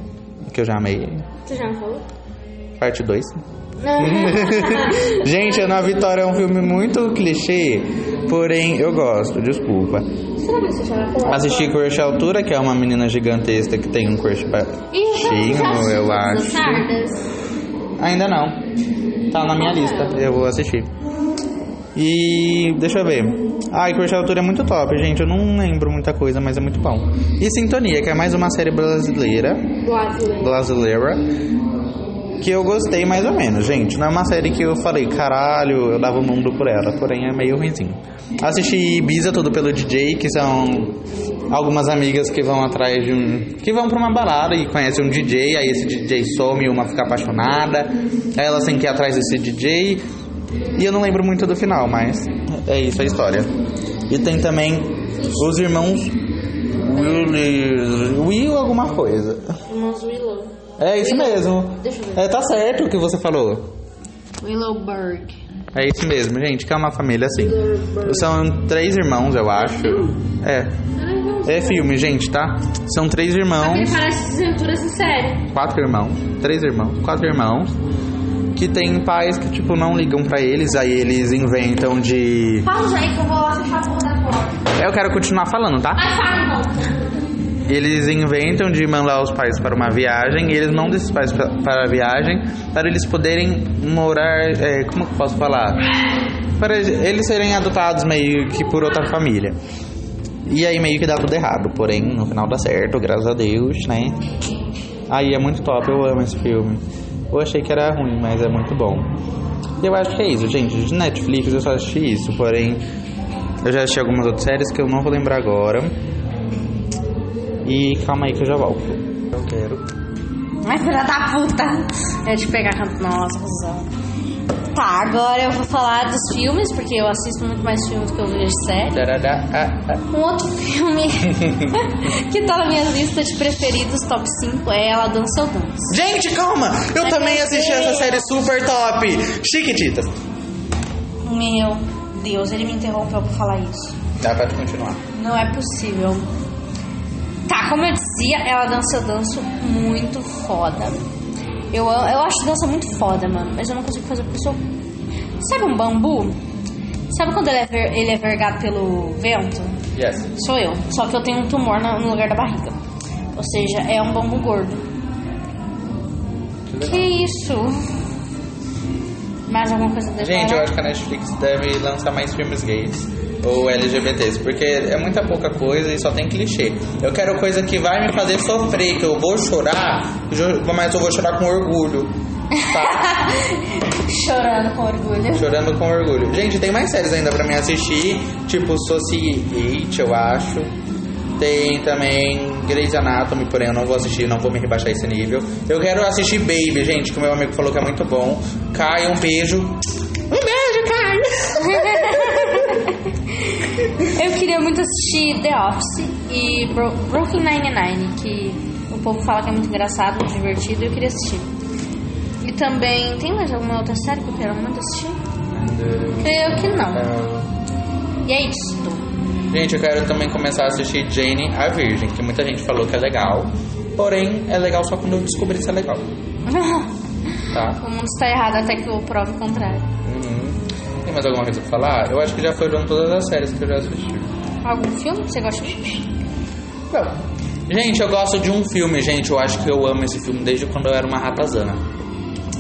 S3: que eu já amei.
S2: Você já me falou?
S3: Parte 2. Gente, Ana Vitória é um filme muito clichê, porém eu gosto, desculpa.
S2: Será que você já me falou?
S3: Assisti Crush Altura, que é uma menina gigantesca que tem um crush pra... Chino, eu acho.
S2: Sardas.
S3: Ainda não. Tá na minha lista. Eu vou assistir. E deixa eu ver. Ai, Crush Altura é muito top, gente. Eu não lembro muita coisa, mas é muito bom. E Sintonia, que é mais uma série brasileira.
S2: Guadalupe.
S3: brasileira que eu gostei mais ou menos, gente. Não é uma série que eu falei, caralho, eu dava o mundo por ela, porém é meio ruimzinho. Assisti Ibiza tudo pelo DJ, que são algumas amigas que vão atrás de um. que vão pra uma balada e conhecem um DJ, aí esse DJ some, uma fica apaixonada, aí elas têm que ir atrás desse DJ. E eu não lembro muito do final, mas é isso a história. E tem também os irmãos Will, Will alguma coisa.
S2: Irmãos Willow.
S3: É isso mesmo.
S2: Deixa eu ver.
S3: É, tá certo o que você falou.
S2: Willowberg.
S3: É isso mesmo, gente, que é uma família assim. São três irmãos, eu acho. É. É filme, gente, tá? São três
S2: Ele
S3: irmãos,
S2: parece aventura essa série.
S3: quatro irmãos, três irmãos, quatro irmãos que tem pais que tipo não ligam pra eles, aí eles inventam de
S4: Fala já aí que eu vou lá fechar a porta da porta.
S3: Eu quero continuar falando, tá?
S4: Ai, fala, irmão.
S3: Eles inventam de mandar os pais para uma viagem e eles mandam esses pais pra- para a viagem para eles poderem morar. é, como que eu posso falar? Para eles serem adotados meio que por outra família. E aí meio que dá tudo errado, porém no final dá certo, graças a Deus, né? Aí é muito top, eu amo esse filme. Eu achei que era ruim, mas é muito bom. E eu acho que é isso, gente. De Netflix eu só assisti isso, porém eu já assisti algumas outras séries que eu não vou lembrar agora. E calma aí que eu já volto. Eu quero.
S2: Ai, filha da puta. É de pegar... Nossa, cuzão. Tá, agora eu vou falar dos filmes, porque eu assisto muito mais filmes do que eu vejo série.
S3: Tarará, ah, ah.
S2: Um outro filme que tá na minha lista de preferidos, top 5, é Ela Dança ou Dança.
S3: Gente, calma! Eu
S2: Vai
S3: também
S2: descer.
S3: assisti essa série super top! Chiquititas!
S2: Meu Deus, ele me interrompeu pra falar isso.
S3: Dá pra tu Tá, continuar.
S2: Não é possível. Tá, como eu dizia, Ela Dança ou Danço muito foda. Eu, a- eu acho dança muito foda, mano, mas eu não consigo fazer porque eu sou... Sabe um bambu? Sabe quando ele é, ver- ele é vergado pelo vento?
S3: Yes.
S2: Sou eu. Só que eu tenho um tumor na- no lugar da barriga. Ou seja, é um bambu gordo. Que isso? Mais alguma coisa desse
S3: Gente, eu acho que a Netflix deve lançar mais filmes gays ou LGBTs, porque é muita pouca coisa e só tem clichê. Eu quero coisa que vai me fazer sofrer, que eu vou chorar, jo- mas eu vou chorar com orgulho. Tá?
S2: Chorando com orgulho.
S3: Chorando com orgulho. Gente, tem mais séries ainda pra mim assistir, tipo Society, eu acho. Tem também Grey's Anatomy, porém eu não vou assistir, não vou me rebaixar esse nível. Eu quero assistir Baby, gente, que o meu amigo falou que é muito bom. Caio, um beijo. Um beijo, Caio!
S2: Eu queria muito assistir The Office e Bro Brooklyn Nine-Nine, que o povo fala que é muito engraçado, muito divertido, e eu queria assistir. E também, tem mais alguma outra série que eu quero muito assistir? Creio que
S3: É.
S2: não. E é isso.
S3: Gente, eu quero também começar a assistir Jane a Virgem, que muita gente falou que é legal. Porém, é legal só quando eu descobrir se é legal. Tá.
S2: O mundo está errado até que eu prove o contrário.
S3: Uhum. Tem mais alguma coisa pra falar? Eu acho que já foram todas as séries que eu já assisti.
S2: Algum filme que você gosta de
S3: Não. Gente, eu gosto de um filme, gente. Eu acho que eu amo esse filme desde quando eu era uma ratazana.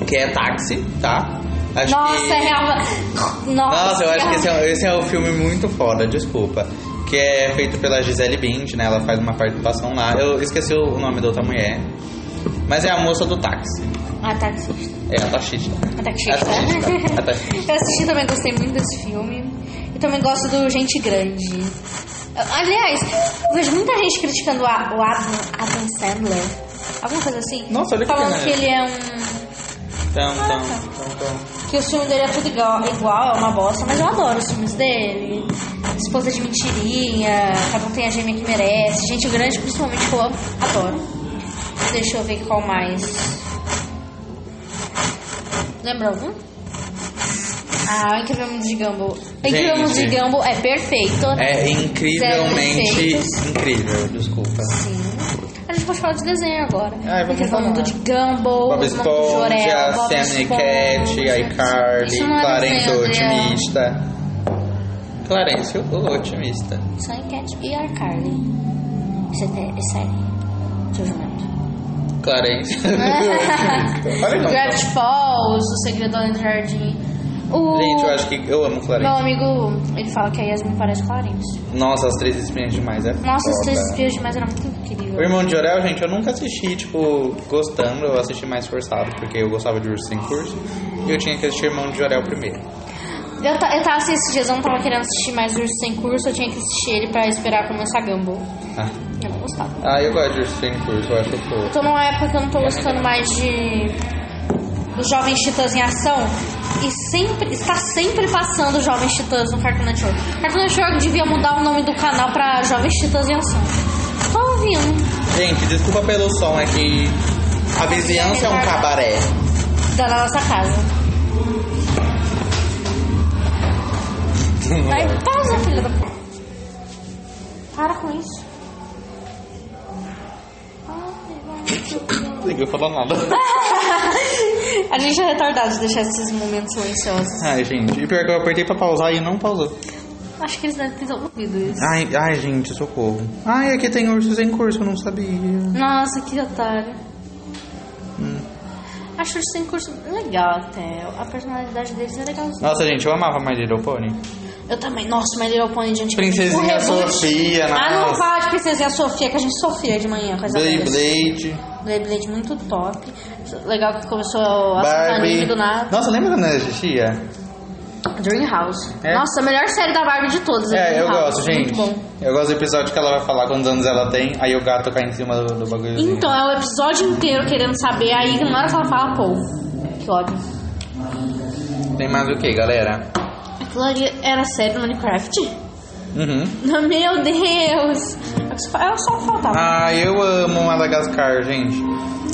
S3: Que é Táxi, tá? Acho
S2: Nossa,
S3: que-
S2: é real. Nossa,
S3: Nossa, eu acho que esse
S2: é...
S3: é, esse é um filme muito foda, desculpa. Que é feito pela Gisele Bündchen, né? Ela faz uma participação lá. Eu esqueci o nome da outra mulher. Mas é a moça do táxi.
S2: Ah, taxista.
S3: É a taxista.
S2: Ah,
S3: A
S2: taxista.
S3: taxista. A taxista.
S2: Eu assisti também, gostei muito desse filme. Eu também gosto do Gente Grande. Aliás, eu vejo muita gente criticando o A- o Adam, Adam Sandler. Alguma coisa assim.
S3: Nossa, olha que
S2: Falando
S3: pena.
S2: que ele é um...
S3: Tam, tam, tam, tam.
S2: Que o filme dele é tudo igual, igual, é uma bosta. Mas eu adoro os filmes dele. Esposa de Mentirinha, Cada Um Tem a Gêmea Que Merece. Gente Grande, principalmente, que eu adoro. Deixa eu ver qual mais. Lembra algum? Ah, o Incrível Mundo de Gumball. O Incrível
S3: Gente.
S2: Mundo de Gumball é perfeito.
S3: É
S2: Zero
S3: incrivelmente
S2: defeitos.
S3: incrível, desculpa.
S2: Sim. A gente pode falar de desenho agora.
S3: Ah, vamos
S2: Incrível
S3: falar.
S2: Mundo de Gumball,
S3: Bob
S2: Irmão do Jorel,
S3: Esponja,
S2: Bob
S3: Sammy
S2: Esponja.
S3: Cat, iCarly,
S2: Isso não é
S3: Clarence o
S2: desenho, Adriano.
S3: Otimista. Clarence o Otimista.
S2: Sunny Cat e iCarly. Isso é te- é sério. Seu jumento.
S3: Clarence o Otimista. Olha como
S2: Gravity Falls, O Segredo do Jardim. O...
S3: Gente, eu acho que eu amo
S2: Meu
S3: Clarence.
S2: amigo, ele fala que a Yasmin parece Clarence.
S3: Nossa, as três espinhas demais, é
S2: Nossa, os
S3: foda.
S2: três espias demais eram muito
S3: O
S2: incríveis.
S3: Irmão de Jorel, gente, eu nunca assisti, tipo, gostando. Eu assisti mais forçado, porque eu gostava de Ursinho Curso. E eu tinha que assistir Irmão de Jorel primeiro.
S2: Eu, ta- eu tava assim esses dias, eu não tava querendo assistir mais Urso Sem Curso, eu tinha que assistir ele pra esperar começar Gumball.
S3: Ah,
S2: Eu não gostava.
S3: ah eu gosto de Ursinho Curso, eu acho
S2: Eu
S3: fofo.
S2: tô numa época que eu não tô gostando mais de os jovens titãs em ação. E sempre, está sempre passando os jovens titãs no Cartoon Network. Cartoon Network devia mudar o nome do canal pra Jovens Titãs em Ação. Tô ouvindo.
S3: Gente, desculpa pelo som, é que a vizinhança é um cabaré.
S2: Da nossa casa.
S3: É.
S2: Vai, pausa, filha da puta. Para com isso.
S3: Ninguém falou nada.
S2: A gente é retardado de deixar esses momentos silenciosos.
S3: Ai, gente, e pior que eu apertei pra pausar e não pausou.
S2: Acho que eles devem ter ouvido isso.
S3: Ai, ai, gente, socorro. Ai, aqui tem ursos em curso, eu não sabia.
S2: Nossa, que otário.
S3: Hum.
S2: Acho que tem curso legal até. A personalidade deles é legalzinha.
S3: Nossa, gente, eu amava My Little Pony.
S2: Eu também. Nossa, My Little Pony, gente.
S3: Princesinha
S2: o reboot.
S3: Sofia,
S2: Ah, não
S3: nossa.
S2: fala de Princesinha Sofia, que a gente sofria de manhã com as abelhas.
S3: Beyblade.
S2: Beyblade muito top. Legal que começou a ser anime
S3: Barbie.
S2: tá do nada.
S3: Nossa, lembra quando eu assistia?
S2: Dream House.
S3: É.
S2: Nossa, a melhor série da Barbie de todas.
S3: É,
S2: Dream
S3: eu
S2: House.
S3: gosto, gente.
S2: Muito bom.
S3: Eu gosto do episódio que ela vai falar quantos anos ela tem, aí o gato cai em cima do, do bagulhozinho.
S2: Então, é o episódio inteiro querendo saber. Aí, na hora que ela fala, pô, que ódio. Então.
S3: Tem mais o que, galera?
S2: Aquilo ali era série do Minecraft?
S3: Uhum.
S2: Meu Deus! Eu só faltava.
S3: Ah, eu amo Madagascar, gente.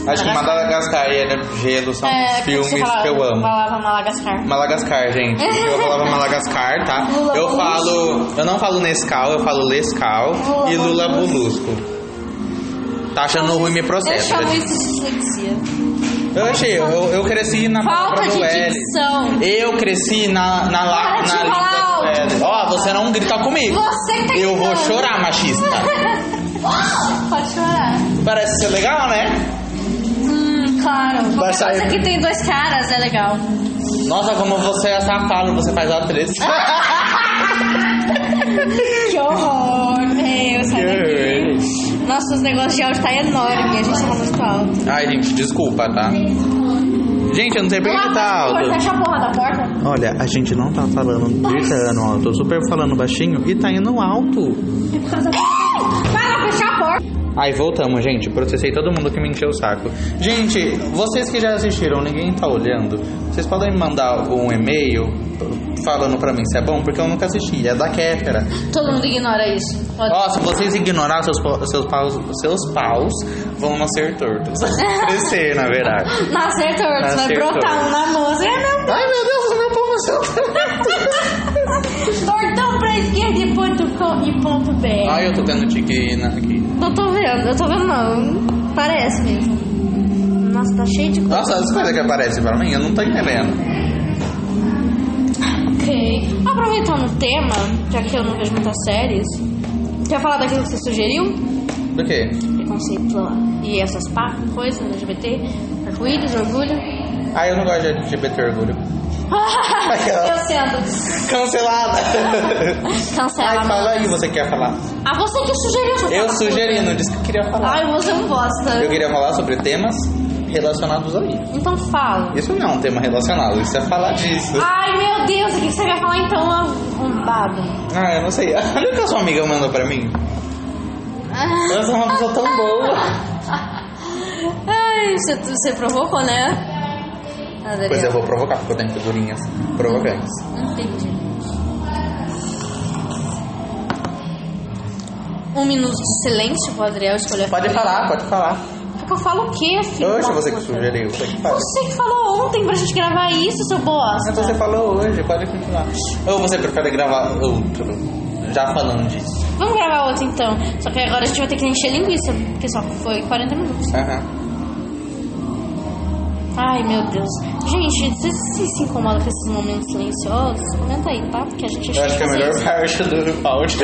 S3: Acho que
S2: Madagascar.
S3: Madagascar e Era de Gelo são os
S2: É,
S3: filmes
S2: você
S3: que,
S2: falava-
S3: eu amo.
S2: Falava Madagascar.
S3: Madagascar, gente. Eu falava Madagascar, tá?
S2: Lula
S3: Eu
S2: Molusco.
S3: falo. Eu não falo Nescau, eu falo Lescal
S2: Lula
S3: e Lula
S2: Molusco.
S3: Molusco. Tá achando ruim me
S2: Eu
S3: processa.
S2: chamo isso de dislexia.
S3: Eu achei, eu, eu cresci na
S2: Falta
S3: palavra
S2: de
S3: do L.
S2: dicção.
S3: Eu cresci na, na, la-
S2: Para de
S3: na
S2: falar
S3: língua do L. Ó, você não grita comigo.
S2: Você que tá
S3: Eu vou
S2: gritando.
S3: chorar, machista.
S2: Pode chorar.
S3: Parece ser legal, né?
S2: Hum, claro. Qualquer
S3: Vai sair.
S2: coisa que tem dois caras é legal.
S3: Nossa, como você é safado, você faz a três.
S2: Que horror, meu, sai daqui. Nossa, os negócios de áudio tá enorme, a gente tá muito alto.
S3: Ai, gente, desculpa, tá? Gente, eu não sei por que tá
S2: Porta,
S3: alto.
S2: fecha a porra da porta.
S3: Olha, a gente não tá falando gritando alto. Eu super falando baixinho e tá indo alto.
S2: Para, fecha a porta.
S3: Aí voltamos, gente. Processei todo mundo que me encheu o saco. Gente, vocês que já assistiram, ninguém tá olhando. Vocês podem me mandar um e-mail falando pra mim se é bom, porque eu nunca assisti. É da Kéfera.
S2: Todo mundo ignora isso. Pode.
S3: Ó, se vocês ignorar seus, pa- seus paus, seus paus vão nascer tortos. Crescer, na verdade.
S2: Nascer torto, vai
S3: Nascer
S2: brotar
S3: torto.
S2: um na moça. É, meu
S3: Ai, meu Deus, meu povo nasceu torto.
S2: Tortão pra esquerda e ponto com e ponto B.
S3: Ai, eu tô tendo tique aqui.
S2: Não tô vendo, eu tô vendo não. Parece mesmo. Nossa, tá cheio de coisa.
S3: Nossa, as coisas que aparecem pra mim, eu não tô entendendo.
S2: Ok. Aproveitando o tema, já que eu não vejo muitas séries, quer falar daquilo que você sugeriu?
S3: Do quê?
S2: Preconceito e essas pá, coisas, LGBT, arco-íris, orgulho.
S3: Ah, eu não gosto de LGBT orgulho.
S2: eu sendo.
S3: Cancelada!
S2: Cancela.
S3: Ai, fala
S2: mano.
S3: aí, você quer falar?
S2: Ah, você que sugeriu essa
S3: Eu
S2: puta.
S3: sugeri, não disse que queria falar.
S2: Ai, você é um bosta.
S3: Eu queria falar sobre temas relacionados a mim.
S2: Então fala.
S3: Isso não é um tema relacionado, isso é falar disso.
S2: Ai, meu Deus, o que você vai falar então, arrombado?
S3: Ah, eu não sei. Olha o que a sua amiga mandou pra mim. Eu sou uma pessoa tão boa.
S2: Ai, você, você provocou, né? Adriana?
S3: Pois é, eu vou provocar, porque eu tenho figurinhas provocantes.
S2: Entendi. Um minuto de silêncio pro Adriel escolher a
S3: Pode
S2: figurinha.
S3: falar, pode falar.
S2: Porque eu falo o quê, filho?
S3: Hoje
S2: da
S3: você Tá é. que
S2: puta?
S3: sugeriu, você que faz.
S2: Você que falou ontem pra gente gravar isso, seu bosta.
S3: Mas É, você falou hoje, pode continuar. Ou você prefere gravar outro? Já falando disso.
S2: Vamos gravar outro então. Só que agora a gente vai ter que encher linguiça, porque só foi 40 minutos.
S3: Aham.
S2: Ai, meu Deus. Gente, vocês se, se incomodam com esses momentos silenciosos? Comenta aí, tá? Porque a gente
S3: Eu acho que é a
S2: fazer
S3: melhor
S2: isso.
S3: parte do áudio.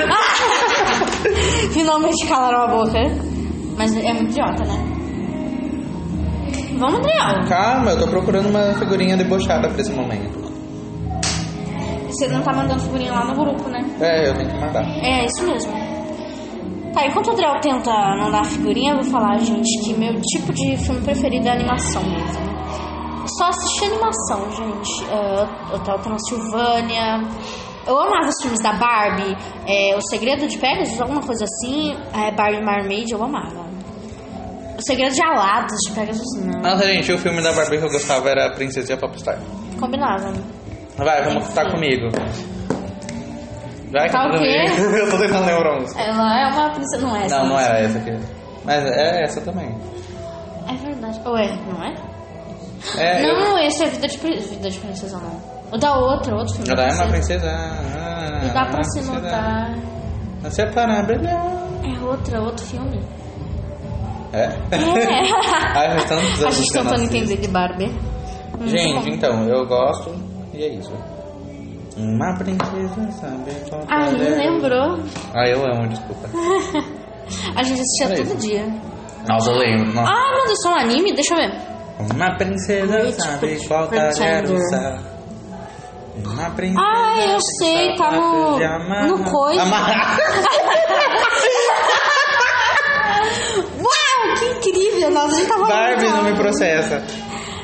S2: Finalmente calaram a boca. Mas é muito idiota, né? Vamos, Adriel.
S3: Calma, eu tô procurando uma figurinha debochada pra esse momento.
S2: Você não tá mandando figurinha lá no grupo, né?
S3: É, eu tenho que mandar.
S2: É, isso mesmo. Tá, enquanto o Adriel tenta não dar figurinha, eu vou falar, gente, que meu tipo de filme preferido é animação mesmo. Só assisti animação, gente. Uh, Hotel Transilvânia. Eu amava os filmes da Barbie. é, o Segredo de Pegasus, alguma coisa assim. É, Barbie Marmaid, eu amava. O Segredo de Alados de Pegasus, não.
S3: Nossa, gente, o filme da Barbie que eu gostava era Princesa e a Popstar.
S2: Combinava.
S3: Vai, vamos tá comigo. Vai,
S2: Tá o
S3: tudo
S2: quê?
S3: bem. Eu tô tentando lembrar a música.
S2: Ela é uma princesa. Não é essa.
S3: Não, não
S2: mas-
S3: era essa aqui. Mas é essa também.
S2: É verdade. Ou é, não é?
S3: É, eu-
S2: não, esse é Vida de, Pri- vida de Princesa, não. O da outra, outro filme.
S3: Já dá
S2: da
S3: é uma
S2: princesa.
S3: Ah,
S2: é
S3: princesa. Ah,
S2: E tá dá pra se notar.
S3: Você para brilhar.
S2: É outra, outro filme.
S3: É?
S2: É.
S3: Ai, faz tantos
S2: A
S3: anos
S2: gente
S3: que eu não
S2: tentando
S3: assisto.
S2: entender de Barbie. Hum. Muito
S3: Gente,
S2: bom.
S3: então, eu gosto e é isso. Uma princesa sabe qual
S2: Ah,
S3: é.
S2: não lembrou.
S3: Ah, eu amo, desculpa.
S2: A gente assistia
S3: Era
S2: todo
S3: isso.
S2: dia.
S3: Nossa, eu lembro. Nossa.
S2: Ah, meu Deus, isso é um anime? Deixa eu ver.
S3: Uma princesa
S2: Rich
S3: sabe
S2: Pretty
S3: qual talher
S2: Pretender.
S3: usar. Uma princesa.
S2: Ah, tá eu
S3: tem
S2: sei, tá
S3: sapatos
S2: no-
S3: Hum. de amarrar.
S2: no coisa.
S3: Amarrar.
S2: Uau, que incrível! Nossa, a gente tava
S3: Barbie
S2: muito
S3: não me
S2: alto.
S3: processa.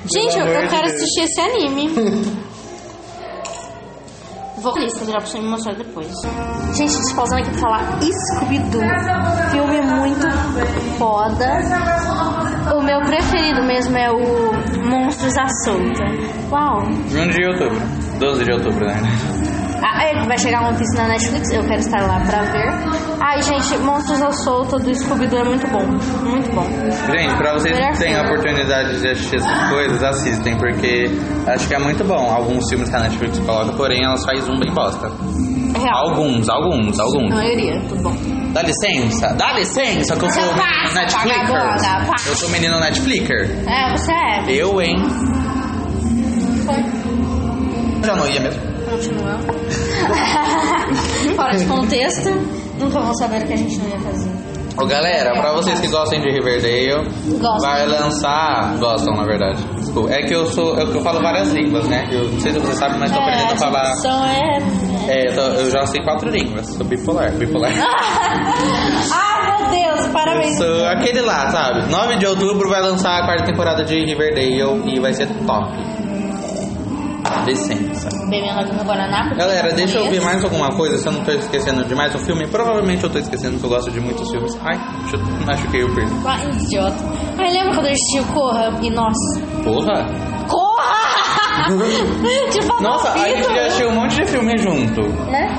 S2: Gente, eu,
S3: Pelo
S2: eu
S3: amor de
S2: quero
S3: Deus.
S2: assistir esse anime. Vou ler isso, já pra você me mostrar depois. Gente, deixa eu pausando aqui pra falar Scooby-Doo. Filme muito foda. O meu preferido mesmo é o Monstros à Solta. Uau!
S3: 1 de outubro. 12 de outubro, né?
S2: Ah, é, vai chegar One Piece na Netflix, eu quero estar lá pra ver. Ai, gente, Monstros à Solta do Scooby-Doo é muito bom. Muito bom.
S3: Gente, pra vocês
S2: Melhor
S3: que têm a
S2: filme.
S3: oportunidade de assistir essas coisas, assistem, porque acho que é muito bom. Alguns filmes que a Netflix coloca, porém ela faz um bem bosta.
S2: É real.
S3: Alguns, alguns,
S2: A
S3: alguns.
S2: maioria, tudo bom.
S3: Dá licença, dá licença que eu sou
S2: Já passa, vagabunda,
S3: Netflixer.
S2: passa.
S3: Eu sou menino Netflixer.
S2: É, você é.
S3: Eu, hein? Já não ia mesmo.
S2: Continuando. Fora de contexto, nunca vão saber o que a gente não ia fazer.
S3: Ô, galera, pra vocês que gostam de Riverdale,
S2: Gostam.
S3: vai lançar. Gostam, na verdade. Desculpa. É que eu sou. É que eu falo várias línguas, né? Eu não sei se você sabe, mas tô
S2: é,
S3: aprendendo a falar.
S2: discussão é.
S3: É, eu, tô- eu já sei quatro línguas. Sou bipolar, bipolar.
S2: Ai, Ah, meu Deus, parabéns.
S3: Sou aquele lá, sabe? 9 de outubro vai lançar a quarta temporada de Riverdale e vai ser top. Licença.
S2: Bebendo água no Guaraná. porque
S3: Galera,
S2: eu
S3: deixa eu ver
S2: conheço.
S3: mais alguma coisa, se eu não tô esquecendo de mais um filme. Provavelmente eu tô esquecendo, porque eu gosto de muitos filmes. Ai, deixa eu- machuquei o peso.
S2: Ah, idiota. Ai, lembra quando a gente tinha o Corra? E nossa.
S3: Porra!
S2: Corra! tipo,
S3: Nossa, a
S2: vida.
S3: gente já assistiu um monte de filme junto.
S2: Né?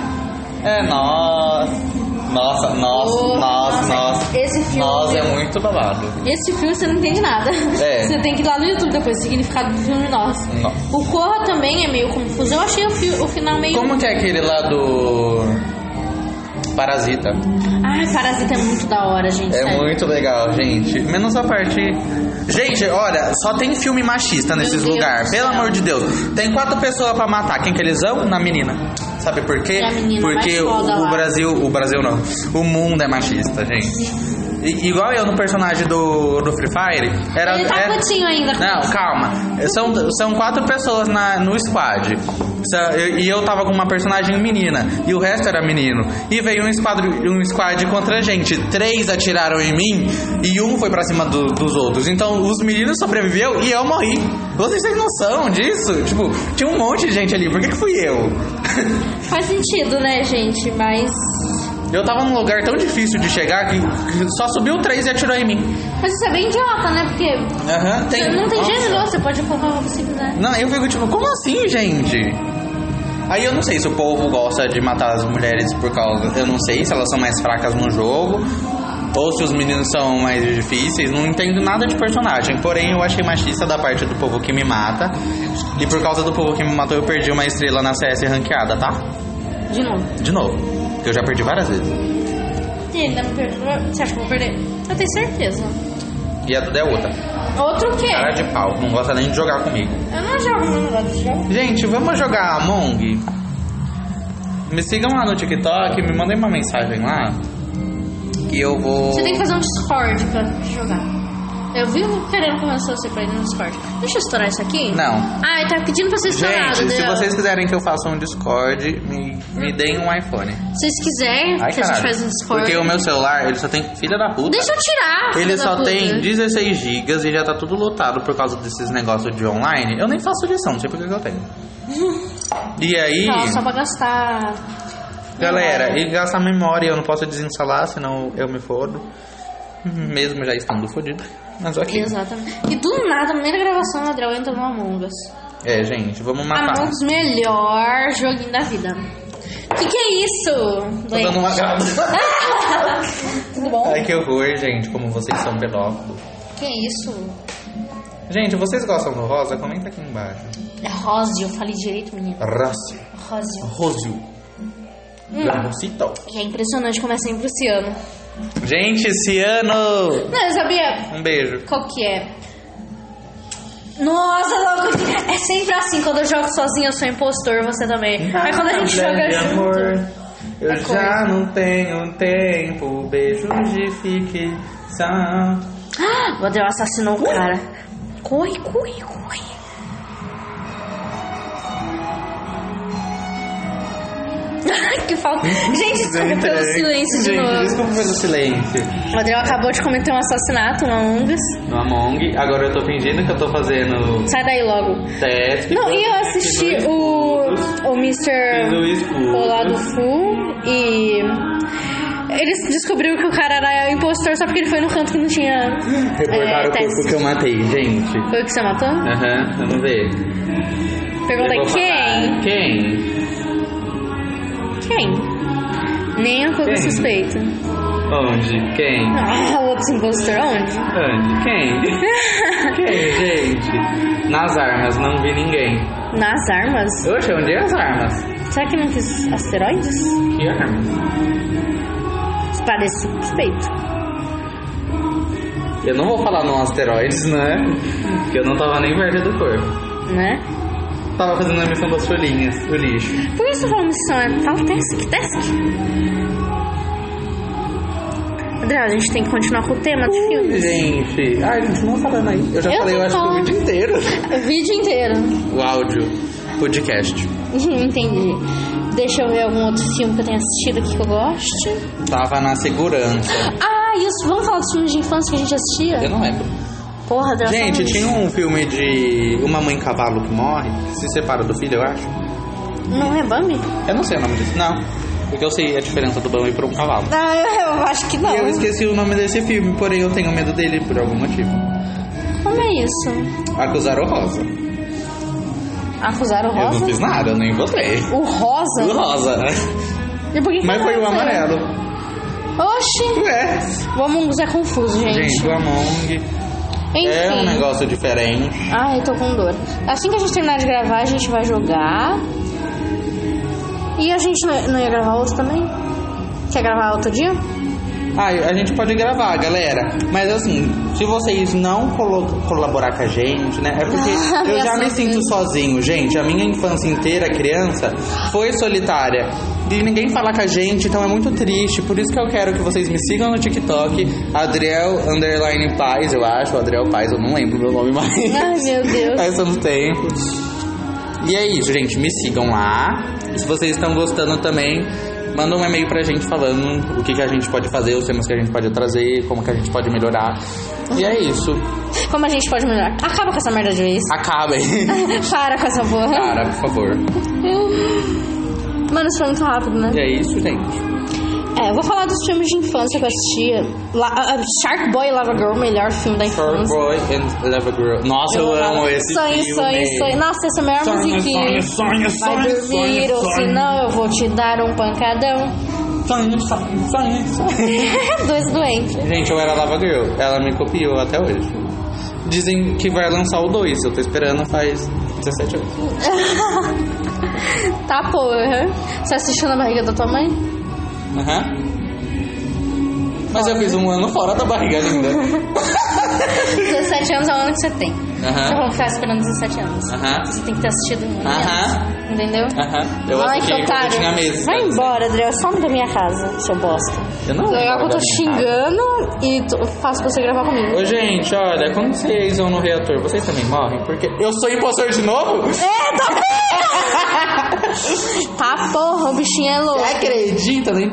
S3: É, nossa. Nossa, nossa,
S2: Oh,
S3: nossa, nossa.
S2: Esse filme.
S3: Nossa, é muito babado.
S2: Esse filme você não entende nada.
S3: É.
S2: Você tem que ir lá no YouTube depois, o significado do filme nosso.
S3: Nossa.
S2: O Corra também é meio confuso. Eu achei o, fi- o final meio.
S3: Como que é aquele lá do. Parasita.
S2: Ai, Parasita é muito da hora, gente.
S3: É
S2: sério.
S3: muito legal, gente. Menos a parte. Gente, olha, só tem filme machista nesses
S2: Deus
S3: lugares.
S2: do
S3: Pelo
S2: céu.
S3: amor de Deus. Tem quatro pessoas pra matar. Quem que eles vão? Na menina. Sabe por quê?
S2: É a menina
S3: Porque
S2: mais foda
S3: o, o
S2: lá.
S3: Brasil. O Brasil não. O mundo é machista, gente. I- igual eu no personagem do, do Free Fire. Era,
S2: Ele tá
S3: era-
S2: putinho ainda com
S3: Não,
S2: isso.
S3: calma. São, são quatro pessoas na, no squad. Sa- eu- E eu tava com uma personagem menina. E o resto era menino. E veio um squad, um squad contra a gente. Três atiraram em mim e um foi pra cima do- dos outros. Então os meninos sobreviveu e eu morri. Vocês têm noção disso? Tipo, tinha um monte de gente ali. Por que, que fui eu?
S2: Faz sentido, né, gente? Mas.
S3: Eu tava num lugar tão difícil de chegar que que só subiu três e atirou em mim.
S2: Mas isso é bem idiota, né? Porque
S3: Aham,
S2: você não tem
S3: Nossa.
S2: gênero, você pode colocar o que você quiser.
S3: Não, eu fico tipo, como assim, gente? Aí eu não sei se o povo gosta de matar as mulheres por causa. Eu não sei se elas são mais fracas no jogo. Ou se os meninos são mais difíceis. Não entendo nada de personagem. Porém, eu achei machista da parte do povo que me mata. E por causa do povo que me matou, eu perdi uma estrela na CS ranqueada, tá?
S2: De novo.
S3: De novo. Que eu já perdi várias vezes.
S2: E ele ainda me perdoa. Você acha que eu vou perder? Eu tenho certeza.
S3: E a Duda é outra.
S2: Outro quê?
S3: Cara de pau. Não gosta nem de jogar comigo.
S2: Eu não jogo no negócio de jogo.
S3: Gente, vamos jogar Among? Me sigam lá no TikTok, me mandem uma mensagem lá. Que eu vou.
S2: Você tem que fazer um Discord pra jogar. Eu vivo querendo convencer você pra ir no Discord. Deixa eu estourar isso aqui.
S3: Não.
S2: Ah, ele tá pedindo pra ser estourado.
S3: Gente, se
S2: deu.
S3: vocês quiserem que eu faça um Discord, me, me deem um iPhone.
S2: Se vocês quiserem
S3: Ai,
S2: que a gente
S3: caralho.
S2: faz um Discord.
S3: Porque o meu celular, ele só tem. Filha da puta.
S2: Deixa eu tirar.
S3: Ele
S2: filho da
S3: só
S2: puta.
S3: tem 16 GB e já tá tudo lotado por causa desses negócios de online. Eu nem faço lição, não sei por que que eu tenho. E aí.
S2: Só, só pra gastar.
S3: Galera, ele gasta memória, eu não posso desinstalar, senão eu me fodo. Mesmo já estando fodido. Mas ok.
S2: Exatamente. E do nada, na primeira gravação, o Adriel entra no Among Us.
S3: É, gente,
S2: Ah,
S3: vamos matar.
S2: Among Us, melhor joguinho da vida. Que que é isso?
S3: Tô dando uma gada.
S2: Tudo bom?
S3: Ai, que horror, gente, como vocês são pedófilos.
S2: Que é isso?
S3: Gente, vocês gostam do rosa? Comenta aqui embaixo.
S2: É Rosio, eu falei direito, menino.
S3: Rossi.
S2: Rosio.
S3: Rosio. Rosito.
S2: E é impressionante como é sempre o Ciano.
S3: Gente, Ciano!
S2: Não, eu sabia
S3: Um beijo.
S2: qual que é. Nossa, louco! É sempre assim, quando eu jogo sozinha eu sou impostor, você também. Mas quando a gente joga
S3: Grande
S2: junto.
S3: eu
S2: É
S3: já
S2: coisa.
S3: não tenho tempo. Beijos de ficção.
S2: Ah, o Adriel assassinou o cara. Corre, corre, corre. Ai, que falta. Gente, desculpa pelo silêncio de
S3: Gente,
S2: novo.
S3: Desculpa pelo silêncio.
S2: O Adriel acabou de cometer um assassinato, uma Angus.
S3: No Among, agora eu tô fingindo que eu tô fazendo
S2: Sai daí logo.
S3: teste.
S2: Não, e eu
S3: É,
S2: assisti o, o Mr.
S3: Luiz
S2: Olado Fu e. Eles descobriram que o cara era impostor só porque ele foi no canto que não tinha.
S3: Reportaram
S2: é,
S3: o corpo
S2: teste.
S3: que eu matei, gente.
S2: Foi o que você matou?
S3: Aham, vamos ver.
S2: Pergunta
S3: Eu vou
S2: quem?
S3: falar. Quem?
S2: Quem? Nem um pouco
S3: Quem?
S2: suspeito.
S3: Onde? Quem?
S2: Ah, o outro impostor, onde?
S3: Onde? Quem? Quem, gente? Nas armas, não vi ninguém.
S2: Nas armas?
S3: Oxe, onde é as armas?
S2: Será que não quis asteroides?
S3: Que armas?
S2: Parece suspeito.
S3: Eu não vou falar não asteroides, né? Porque eu não tava nem perto do corpo.
S2: Né?
S3: Tava fazendo a missão das folhinhas, do lixo.
S2: Por isso fala missão, é tal task, task. André, a gente tem que continuar com o tema de filmes.
S3: Gente, ai, continua falando aí. Eu já
S2: Eu
S3: falei,
S2: tô
S3: eu acho que o
S2: falando.
S3: vídeo inteiro.
S2: Hum, O vídeo inteiro.
S3: O áudio, podcast.
S2: Entendi. Deixa eu ver algum outro filme que eu tenha assistido aqui que eu goste.
S3: Tava na segurança.
S2: Ah, isso. Vamos falar dos filmes de infância que a gente
S3: Eu
S2: assistia?
S3: não lembro.
S2: Porra, André.
S3: Gente,
S2: só
S3: tinha um filme de uma mãe cavalo que morre, que se separa do filho, eu acho.
S2: um... Não é Bambi?
S3: Eu não sei o nome disso. Não. Porque eu sei é a diferença do Bambi pra um cavalo.
S2: Ah, eu acho que não.
S3: E eu esqueci o nome desse filme, porém eu tenho medo dele por algum motivo.
S2: Como é isso?
S3: Acusaram o Rosa.
S2: Acusaram o
S3: Eu
S2: Rosa?
S3: não fiz nada, eu nem votei.
S2: O Rosa?
S3: O Rosa, né?
S2: E por que que
S3: Mas foi o
S2: não saiu?
S3: amarelo.
S2: Oxi.
S3: Ué.
S2: O Among Us é confuso, gente.
S3: Gente, o Among
S2: Enfim.
S3: é um negócio diferente.
S2: Ai, tô com dor. Assim que a gente terminar de gravar, a gente vai jogar. E a gente não ia- não ia gravar outro também? Quer gravar outro dia?
S3: Ah, a gente pode gravar, galera. Mas assim, se vocês não colo- colaborar com a gente, né? É porque eu já me sinto sozinho, gente. A minha infância inteira, criança, foi solitária. E ninguém fala com a gente, então é muito triste. Por isso que eu quero que vocês me sigam no TikTok, Adriel Underline Paz, eu acho, Adriel Paz, eu não lembro meu nome mais.
S2: Ai, meu Deus.
S3: Faz tanto tempo. E é isso, gente. Me sigam lá. E se vocês estão gostando também, manda um e-mail pra gente falando o que, que a gente pode fazer, os temas que a gente pode trazer, como que a gente pode melhorar. E é isso.
S2: Como a gente pode melhorar? Acaba com essa merda de vez.
S3: Acabem.
S2: Para com essa porra.
S3: Cara, por favor.
S2: Mano, isso foi muito rápido, né?
S3: E é isso, Tá. gente.
S2: É, eu vou falar dos filmes de infância que eu assistia. La a- a Shark Boy e Lava Girl, o melhor filme da
S3: Short
S2: infância.
S3: Boy and Leva Girl. Nossa, eu, amo esse
S2: Sonho,
S3: filme.
S2: sonho, sonho. Nossa, essa é a melhor musiquinha.
S3: sonho, sonho,
S2: Vai
S3: sonho,
S2: dormir,
S3: sonho,
S2: ou senão eu vou te dar um pancadão.
S3: sonho, sonho, sonho, sonho.
S2: Dois doentes.
S3: Gente, eu era Lava Girl. Ela me copiou até hoje. Dizem que vai lançar o 2. Eu tô esperando faz 17 anos.
S2: Tá, porra. Você assistiu na barriga da tua mãe?
S3: Aham. Mas eu fiz um ano fora da barriga ainda.
S2: 17 anos é o ano que você tem. Você
S3: Aham.
S2: vai ficar esperando 17 anos.
S3: Aham.
S2: Você tem que ter assistido muito.
S3: Aham.
S2: Entendeu?
S3: Aham. Eu
S2: Ai, que
S3: assisti quando eu
S2: otário.
S3: tinha meses.
S2: Vai embora, Adriel. Some da minha casa, seu bosta.
S3: Eu não
S2: Legal que eu
S3: lembro
S2: tô
S3: da minha casa.
S2: xingando e tô- faço você gravar comigo.
S3: Ô, gente, olha, quando vocês vão no reator, vocês também morrem? Porque eu sou impostor de novo?
S2: Tá, porra, o bichinho é louco.
S3: Você acredita, né?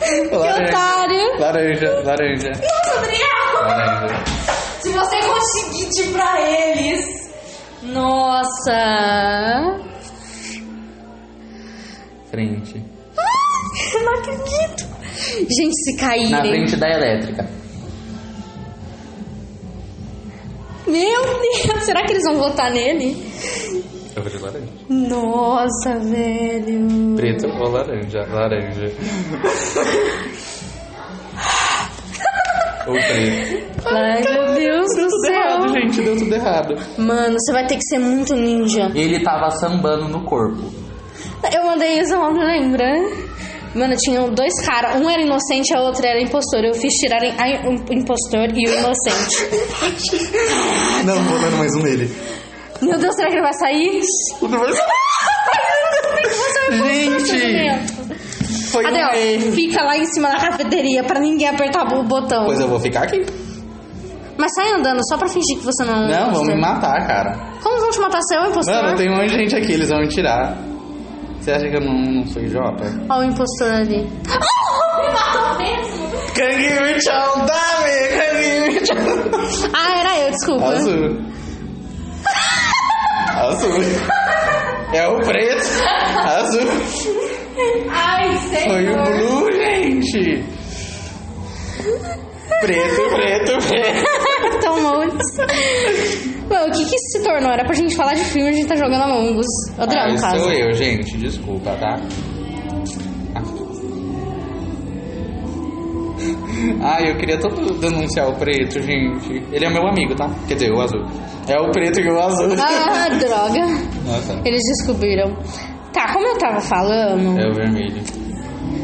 S3: que
S2: otário.
S3: Laranja, laranja,
S4: Nossa, Adriel!
S3: laranja.
S4: Se você conseguir de pra eles.
S2: Nossa.
S3: Frente.
S2: Eu não acredito. Gente, se
S3: Na
S2: caírem.
S3: frente da elétrica.
S2: Meu Deus, será que eles vão votar nele?
S3: Eu vou de laranja.
S2: Nossa, velho.
S3: Preto ou laranja? Laranja. ou preto.
S2: Ai, meu Deus do
S3: Tudo errado,
S2: céu.
S3: gente. Deu tudo errado.
S2: Mano, você vai ter que ser muito ninja.
S3: Ele tava sambando no corpo.
S2: Eu mandei isso ontem, lembra? Mano, tinham dois caras. Um era inocente, a outra era impostor. Eu fiz tirarem a im- o impostor e o inocente.
S3: Não, vou dando mais um nele.
S2: Meu Deus, será que ele vai sair?
S3: Gente! Foi um
S2: Adel,
S3: erro.
S2: fica lá em cima da cafeteria pra ninguém apertar o botão.
S3: Pois é. eu vou ficar aqui.
S2: Mas sai andando só pra fingir que você não. é um
S3: Não, vão
S2: impostor.
S3: me matar, cara.
S2: Como vão te matar se é um impostor?
S3: Mano, tem um monte de gente aqui, eles vão me tirar. Você acha que eu não, não sou idiota?
S2: Olha o impostor ali.
S4: Me matou mesmo!
S3: Canguinho Chão, dame! Canguinho Chão!
S2: Ah, era eu, desculpa.
S3: Azul. Azul. É o preto. Azul.
S4: Ai,
S3: Foi um
S4: senhor!
S3: o blue, gente. Preto, preto, preto.
S2: Tá Tão montes. Mano, o que que isso se tornou? Era pra gente falar de filme, a gente tá jogando Among Us. Outro
S3: Ah,
S2: caso.
S3: sou eu, gente. Desculpa, tá? Ah, eu queria tanto denunciar o preto, gente. Ele é meu amigo, tá? Quer dizer, o azul. É o preto e o azul.
S2: Ah, droga.
S3: Nossa,
S2: Eles descobriram. Tá, como eu tava falando,
S3: é o vermelho.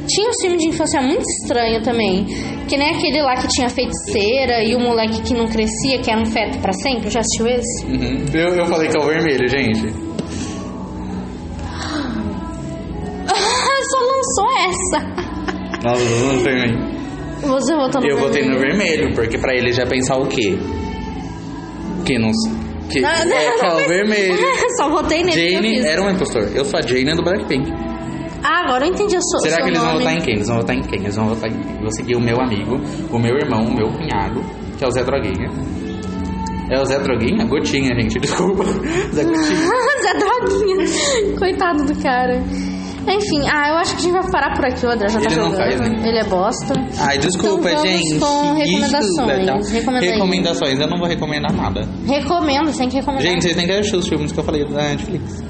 S2: tinha um filme de infância muito estranho também. Que nem aquele lá que tinha feiticeira e o moleque que não crescia, que era um feto pra sempre. Já assistiu esse?
S3: Uhum. Eu, eu falei que é o vermelho, gente.
S2: Ah, Só lançou essa.
S3: Nossa, eu não vermelho.
S2: Você votou no
S3: Eu votei no
S2: vermelho.
S3: vermelho, porque pra ele já pensar o quê? Que não. Que
S2: Não, não,
S3: é, que é o vermelho.
S2: Só votei nele. que eu
S3: Jane
S2: fiz.
S3: era um impostor. Eu sou a Jane do Blackpink.
S2: Ah, agora eu entendi o seu
S3: Será
S2: seu
S3: que eles vão
S2: nome.
S3: votar em quem? Eles vão votar em quem? Eles vão votar em quem? Eu Vou seguir o meu amigo, o meu irmão, o meu cunhado, que é o Zé Droguinha. É o Zé Droguinha? Gotinha, gente, desculpa. Zé Gotinha.
S2: Zé Droguinha. Coitado do cara. Enfim, ah, eu acho que a gente vai parar por aqui, o André já tá
S3: Ele não
S2: jogando.
S3: faz, né?
S2: Ele é bosta.
S3: Ai, desculpa,
S2: Então vamos
S3: gente.
S2: com recomendações.
S3: Isso, velho, tá?
S2: Recomenda aí.
S3: recomendações, eu não vou recomendar nada.
S2: Recomendo, você tem que recomendar.
S3: Gente, vocês têm que assistir os filmes que eu falei da Netflix.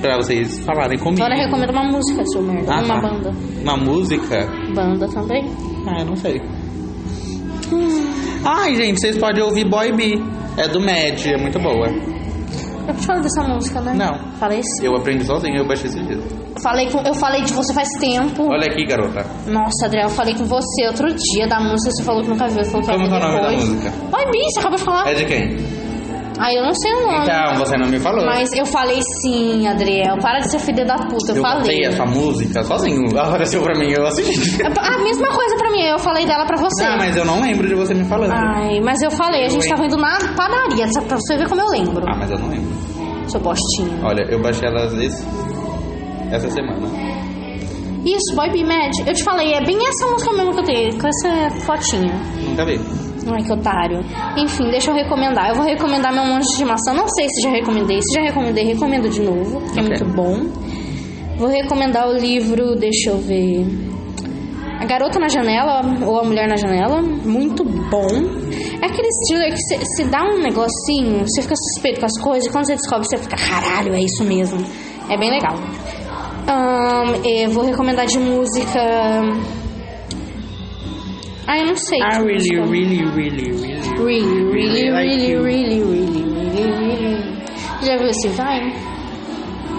S3: Pra vocês falarem comigo.
S2: Agora recomendo uma música, seu merda.
S3: Ah,
S2: uma
S3: tá.
S2: banda.
S3: Uma música?
S2: Banda também.
S3: Ah, eu não sei. Ai, gente, vocês podem ouvir Boy B. É do Mad, é muito boa.
S2: Eu te falei dessa música, né?
S3: Não.
S2: Falei isso?
S3: Eu aprendi sozinho, eu baixei esse disco.
S2: Falei com, eu falei de você faz tempo.
S3: Olha aqui, garota.
S2: Nossa, Adriel, eu falei com você outro dia da música, você falou que nunca viu, você falou que
S3: Como
S2: ia ver
S3: que é o nome da
S2: depois.
S3: música?
S2: Vai, Bi, você acabou de falar.
S3: É de quem?
S2: Aí eu não sei o nome.
S3: Então, você não me falou.
S2: Mas eu falei sim, Adriel. Para de ser filha da puta, eu,
S3: eu
S2: falei.
S3: botei essa música sozinho. Ela Apareceu pra mim, eu assisti.
S2: É A mesma coisa pra mim, eu falei dela pra você.
S3: Ah, mas eu não lembro de você me falando.
S2: Ai, mas eu falei, a gente
S3: Eu, hein?
S2: tava indo na padaria, só pra você ver como eu lembro.
S3: Ah, mas eu não lembro.
S2: Seu bostinho.
S3: Olha, eu baixei elas esse, essa semana.
S2: Isso, Boy Be Mad. Eu te falei, é bem essa música mesmo que eu tenho, com essa fotinha.
S3: Nunca vi.
S2: Ai, que otário. Enfim, deixa eu recomendar. Eu vou recomendar meu monte de maçã. Não sei se já recomendei. Se já recomendei, recomendo de novo, que é
S3: Ok.
S2: muito bom. Vou recomendar o livro, deixa eu ver. A Garota na Janela, ou A Mulher na Janela, muito bom. É aquele thriller que você- se dá um negocinho, você fica suspeito com as coisas, e quando você descobre, você fica, caralho, é isso mesmo. É bem legal. Ahn, eh, vou recomendar de música. Ah, eu não sei. de música.
S3: really, really, really.
S2: Really, really,
S3: Really like
S2: really,
S3: you.
S2: really, really, really, really. Já viu esse Vine?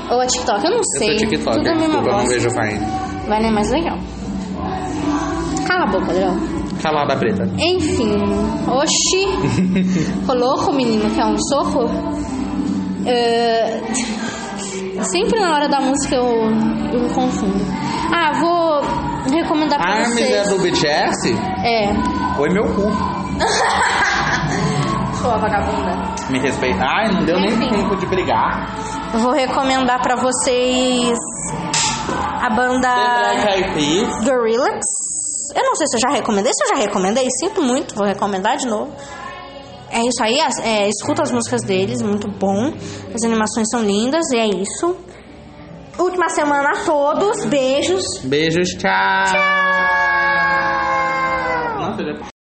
S2: Ou a TikTok? Eu não
S3: Eu então
S2: sei.
S3: sou TikToker,
S2: Tudo a mesma
S3: desculpa, eu não
S2: bosta.
S3: vejo Vine.
S2: Vine é mais legal. Cala a boca, Adriel.
S3: Calada
S2: É
S3: preta.
S2: Enfim. Oxi. Coloco o menino que é um soco. É, Sempre na hora da música eu, eu me confundo. Ah, vou recomendar pra
S3: Arms é
S2: vocês.
S3: do BTS?
S2: É.
S3: Oi, meu cu.
S2: Sua vagabunda.
S3: Me respeita. Ai, não deu nem
S2: Enfim.
S3: tempo de brigar.
S2: Vou recomendar pra vocês a
S3: The
S2: banda
S3: Black Eyed Peas.
S2: Gorillaz. Eu não sei se eu já recomendei, se eu já recomendei, sinto muito, vou recomendar de novo. É isso aí, as- é, escuta as músicas deles, muito bom. As animações são lindas e é isso. Última semana a todos, beijos.
S3: Beijos, tchau. Nossa, já...